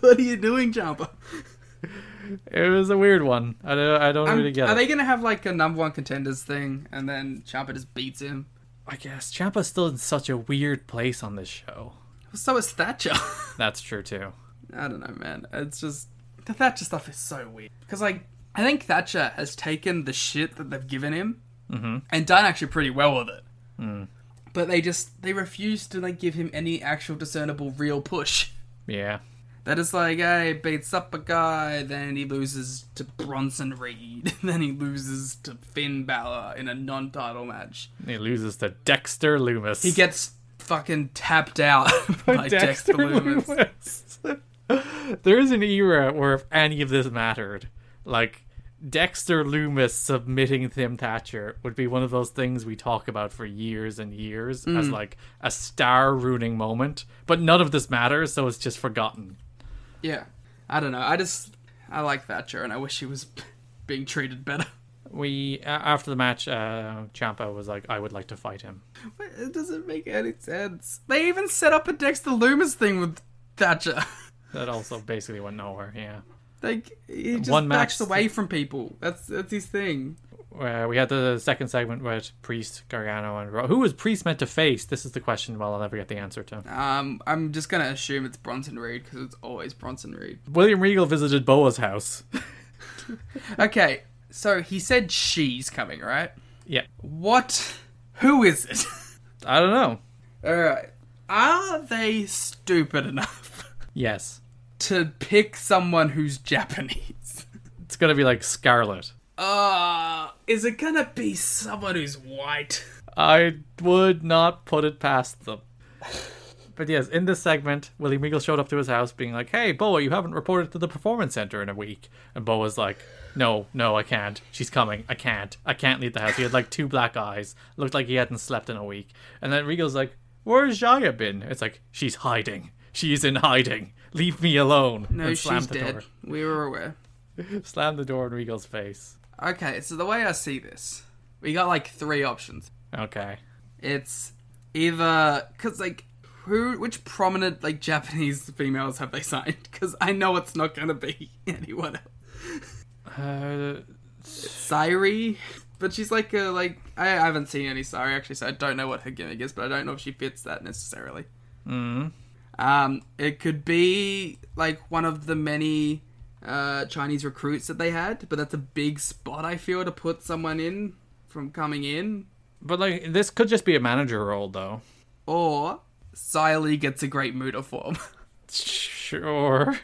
Speaker 4: what are you doing, Jumper?
Speaker 3: it was a weird one. I don't, I don't
Speaker 4: Um,
Speaker 3: really get
Speaker 4: are
Speaker 3: it.
Speaker 4: they going to have like a number one contenders thing and then Champa just beats him?
Speaker 3: I guess Champa's still in such a weird place on this show.
Speaker 4: So is Thatcher.
Speaker 3: That's true too.
Speaker 4: I don't know, man. It's just the Thatcher stuff is so weird because like I think Thatcher has taken the shit that they've given him
Speaker 3: Mm-hmm.
Speaker 4: and done actually pretty well with it.
Speaker 3: Mm.
Speaker 4: But they just they refuse to like give him any actual discernible real push.
Speaker 3: Yeah.
Speaker 4: That is like, hey, beats up a guy, then he loses to Bronson Reed, then he loses to Finn Balor in a non-title match.
Speaker 3: He loses to Dexter Loomis.
Speaker 4: He gets fucking tapped out by Dexter, Loomis.
Speaker 3: Loomis. there is an era where if any of this mattered, like Dexter Loomis submitting Tim Thatcher would be one of those things we talk about for years and years
Speaker 4: Mm.
Speaker 3: as like a star ruining moment. But none of this matters, so it's just forgotten.
Speaker 4: Yeah, I don't know. I just I like Thatcher, and I wish he was being treated better.
Speaker 3: We a- after the match, uh, Champa was like, "I would like to fight him."
Speaker 4: But it doesn't make any sense. They even set up a Dexter Loomis thing with Thatcher.
Speaker 3: That also basically went nowhere. Yeah.
Speaker 4: Like he just
Speaker 3: One match-
Speaker 4: backs away from people. That's that's his thing.
Speaker 3: where we had the second segment with Priest, Gargano, and Ro- who was Priest meant to face? This is the question. Well, I'll never get the answer to.
Speaker 4: Um, I'm just gonna assume it's Bronson Reed because it's always Bronson Reed.
Speaker 3: William Regal visited Boa's house.
Speaker 4: Okay, so he said she's coming, right?
Speaker 3: yeah,
Speaker 4: What? Who is it?
Speaker 3: I don't know.
Speaker 4: All right. Are they stupid enough
Speaker 3: Yes,
Speaker 4: to pick someone who's Japanese?
Speaker 3: it's gonna be like Scarlet.
Speaker 4: Uh, is it gonna be someone who's white?
Speaker 3: I would not put it past them. But yes, in this segment, William Regal showed up to his house being like, Hey, Boa, you haven't reported to the performance center in a week. And Boa's like, No, no, I can't. She's coming. I can't. I can't leave the house. He had like two black eyes. Looked like he hadn't slept in a week. And then Regal's like, Where's Jaya been? It's like, She's hiding. She's in hiding. Leave me alone.
Speaker 4: No,
Speaker 3: and slammed
Speaker 4: she's dead. We were aware.
Speaker 3: door. Slammed the door in Regal's face.
Speaker 4: Okay, so the way I see this, we got like three options.
Speaker 3: Okay.
Speaker 4: It's either because like who, which prominent like Japanese females have they signed? Because I know it's not gonna be anyone else.
Speaker 3: Uh,
Speaker 4: Sairi, but she's like a like I I haven't seen any Sairi actually, so I don't know what her gimmick is, but I don't know if she fits that necessarily. Mm. Um, it could be like one of the many uh, Chinese recruits that they had, but that's a big spot I feel to put someone in from coming in.
Speaker 3: but like, this could just be a manager role, though.
Speaker 4: Or Siley gets a great Muta form.
Speaker 3: Sure.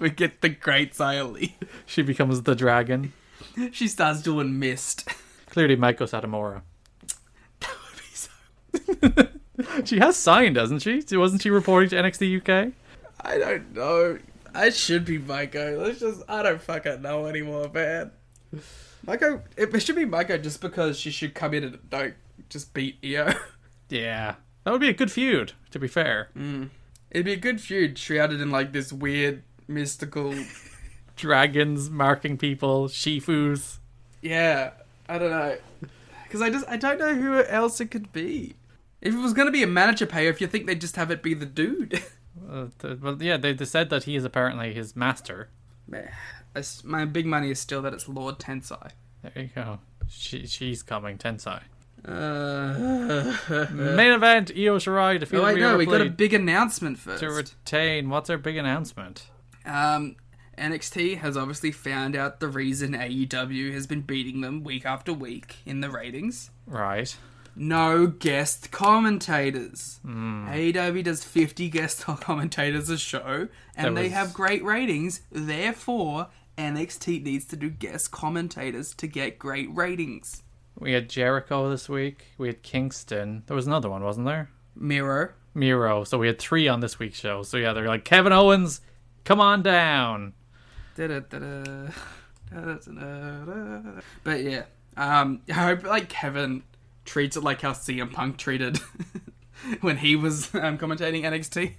Speaker 4: we get the great Siley.
Speaker 3: She becomes the dragon.
Speaker 4: She starts doing mist.
Speaker 3: Clearly, Maiko Satomura.
Speaker 4: that would be so.
Speaker 3: She has signed, doesn't she? Wasn't she reporting to NXT UK?
Speaker 4: I don't know. I should be Maiko. Let's just. I don't fucking know anymore, man. Maiko. It, it should be Maiko just because she should come in and like just beat Io.
Speaker 3: Yeah. That would be a good feud, to be fair.
Speaker 4: Mm. It'd be a good feud shrouded in like this weird mystical.
Speaker 3: Dragons marking people, shifus.
Speaker 4: yeah, I don't know. Because I just I don't know who else it could be. If it was gonna be a manager payoff, you think they'd just have it be the dude.
Speaker 3: Uh, th- well, yeah, they, they said that he is apparently his master.
Speaker 4: Man, I s- my big money is still that it's Lord Tensai.
Speaker 3: There you go. She, she's coming, Tensai.
Speaker 4: Uh,
Speaker 3: Main event, Io Shirai defeated
Speaker 4: oh, I
Speaker 3: Rhea
Speaker 4: know. We got a
Speaker 3: Ripley
Speaker 4: big announcement first.
Speaker 3: to retain. What's her big announcement?
Speaker 4: Um, NXT has obviously found out the reason AEW has been beating them week after week in the ratings.
Speaker 3: Right.
Speaker 4: No guest commentators. AEW does 50 guest commentators a show, and
Speaker 3: There
Speaker 4: they
Speaker 3: was-
Speaker 4: have great ratings. Therefore, NXT needs to do guest commentators to get great ratings.
Speaker 3: We had Jericho this week. We had Kingston. There was another one, wasn't there?
Speaker 4: Miro.
Speaker 3: Miro. So we had three on this week's show. So yeah, they're like Kevin Owens, come on down.
Speaker 4: Da-da-da-da. Da-da-da-da. But yeah, um, I hope like Kevin treats it like how CM Punk treated when he was um, commentating NXT.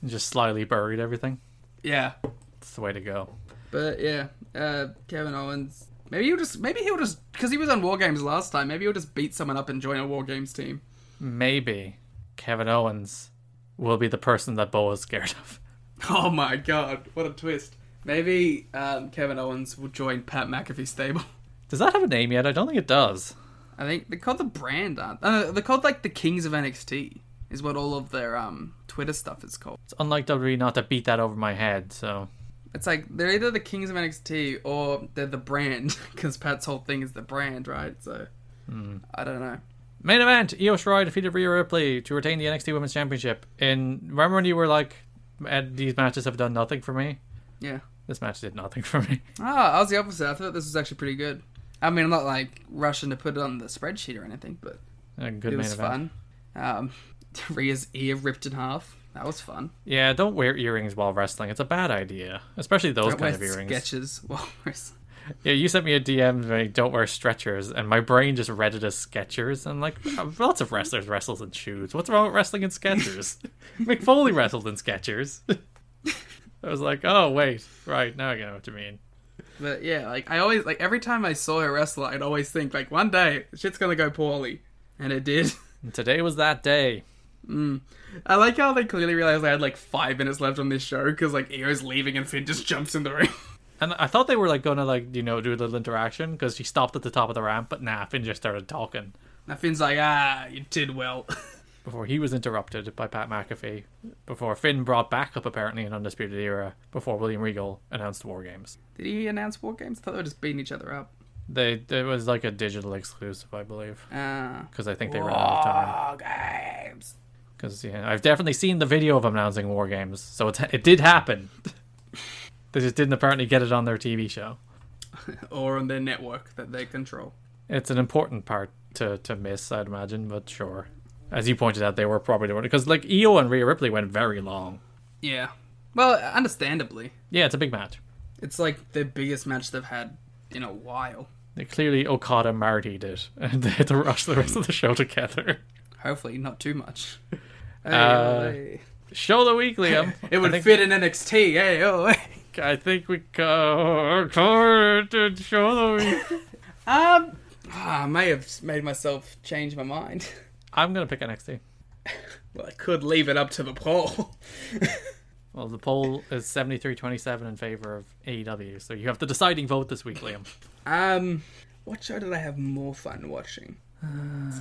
Speaker 3: and just slyly buried everything.
Speaker 4: Yeah.
Speaker 3: That's the way to go.
Speaker 4: But yeah, uh, Kevin Owens. Maybe he'll just. Maybe he'll just because he was on War Games last time. Maybe he'll just beat someone up and join a War Games team.
Speaker 3: Maybe Kevin Owens will be the person that Bo is scared of.
Speaker 4: Oh my god, what a twist! Maybe um, Kevin Owens will join Pat McAfee's stable.
Speaker 3: Does that have a name yet? I don't think it does.
Speaker 4: I think they're called the brand, aren't they? Uh, they're called like the Kings of NXT is what all of their um Twitter stuff is called.
Speaker 3: It's unlike WWE not to beat that over my head, so
Speaker 4: It's like they're either the Kings of NXT or they're the brand because Pat's whole thing is the brand, right? So
Speaker 3: Hmm.
Speaker 4: I don't know.
Speaker 3: Main event: Io Shirai defeated Rhea Ripley to retain the NXT Women's Championship. And remember when you were like, "Ed, "These matches have done nothing for me."
Speaker 4: Yeah.
Speaker 3: This match did nothing for me.
Speaker 4: Ah, I was the opposite. I thought this was actually pretty good. I mean, I'm not like rushing to put it on the spreadsheet or anything, but
Speaker 3: A good
Speaker 4: it
Speaker 3: main
Speaker 4: was
Speaker 3: event.
Speaker 4: fun. Um, Rhea's ear ripped in half. That was fun.
Speaker 3: Yeah, don't wear earrings while wrestling. It's a bad idea, especially those
Speaker 4: Don't wear
Speaker 3: kind of earrings.
Speaker 4: sketches. Well, where's-
Speaker 3: Yeah, you sent me a DM saying don't wear stretchers, and my brain just read it as Skechers. And like, lots of wrestlers wrestles in shoes. What's wrong with wrestling in Skechers? Mick Foley wrestled in Skechers. I was like, oh wait, right now I get what you mean.
Speaker 4: but yeah, like I always like every time I saw her wrestle, I'd always think like one day shit's gonna go poorly, and it did.
Speaker 3: And today was that day.
Speaker 4: I like how they clearly realized they had like five minutes left on this show because like Io's leaving and Finn just jumps in the ring.
Speaker 3: And I thought they were like gonna like you know do a little interaction because she stopped at the top of the ramp, but nah, Finn just started talking
Speaker 4: now Finn's like, ah, you did well.
Speaker 3: before he was interrupted by Pat McAfee. Before Finn brought back up apparently in Undisputed Era before William Regal announced War Games.
Speaker 4: did he announce war games? I thought they were just beating each other up.
Speaker 3: They it was like a digital exclusive, I believe,
Speaker 4: Ah,
Speaker 3: because I think they ran out of time.
Speaker 4: war games.
Speaker 3: Because yeah, I've definitely seen the video of him announcing War Games, so it it did happen. they just didn't apparently get it on their TV show.
Speaker 4: or on their network that they control.
Speaker 3: it's an important part to to miss, I'd imagine. But sure, as you pointed out, they were probably doing it because like Io and Rhea Ripley went very long.
Speaker 4: Yeah. Well, understandably.
Speaker 3: Yeah, it's a big match.
Speaker 4: It's like the biggest match they've had in a while.
Speaker 3: They clearly Okada married it, and they had to rush the rest of the show together.
Speaker 4: Hopefully, not too much.
Speaker 3: Uh,
Speaker 4: Hey,
Speaker 3: Show the week, Liam.
Speaker 4: it would
Speaker 3: I think,
Speaker 4: fit in NXT. Hey, oh, hey.
Speaker 3: I think we go forward to show the week.
Speaker 4: Um, ah, I may have made myself change my mind.
Speaker 3: I'm gonna pick NXT.
Speaker 4: Well, I could leave it up to the poll.
Speaker 3: Well, the poll is 73-27 in favor of AEW, so you have the deciding vote this week, Liam.
Speaker 4: Um, what show did I have more fun watching? um,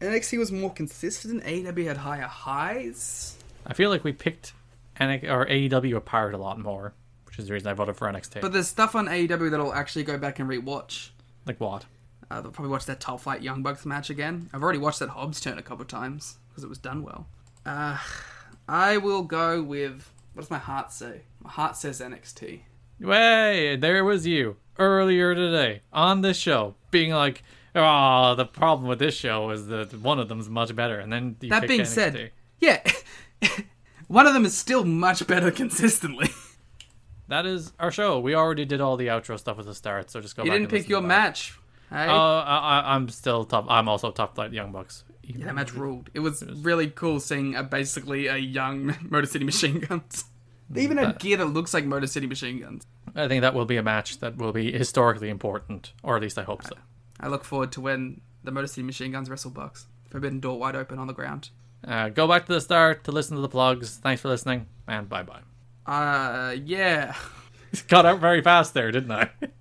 Speaker 4: NXT was more consistent. AEW had higher highs.
Speaker 3: I feel like we picked NX- or AEW apart a lot more, which is the reason I voted for NXT.
Speaker 4: But there's stuff on E AEW that'll actually go back and rewatch.
Speaker 3: like what?
Speaker 4: Uh, they'll probably watch that Tough Fight Young Bucks match again. I've already watched that Hobbs turn a couple of times because it was done well. Uh, I will go with what does my heart say? My heart says NXT.
Speaker 3: Way there was you earlier today on this show, being like, "Oh, the problem with this show is that one of them's much better." And then you
Speaker 4: That
Speaker 3: picked
Speaker 4: being
Speaker 3: NXT.
Speaker 4: said, yeah, one of them is still much better consistently.
Speaker 3: that is our show. We already did all the outro stuff at the start, so just go.
Speaker 4: you
Speaker 3: back
Speaker 4: didn't
Speaker 3: and
Speaker 4: pick
Speaker 3: listen
Speaker 4: your
Speaker 3: to that.
Speaker 4: match. Hey,
Speaker 3: Oh, I, I, I'm still top. I'm also top flight Young Bucks.
Speaker 4: yeah, that match ruled. It was really cool seeing a, basically a young Motor City Machine Guns. They even had gear that looks like Motor City Machine Guns.
Speaker 3: I think that will be a match that will be historically important, or at least I hope so.
Speaker 4: I look forward to when the Motor City Machine Guns wrestle Bucks. Forbidden door wide open on the ground.
Speaker 3: Uh, go back to the start to listen to the plugs. Thanks for listening, and bye bye.
Speaker 4: Uh, yeah.
Speaker 3: Got out very fast there, didn't I?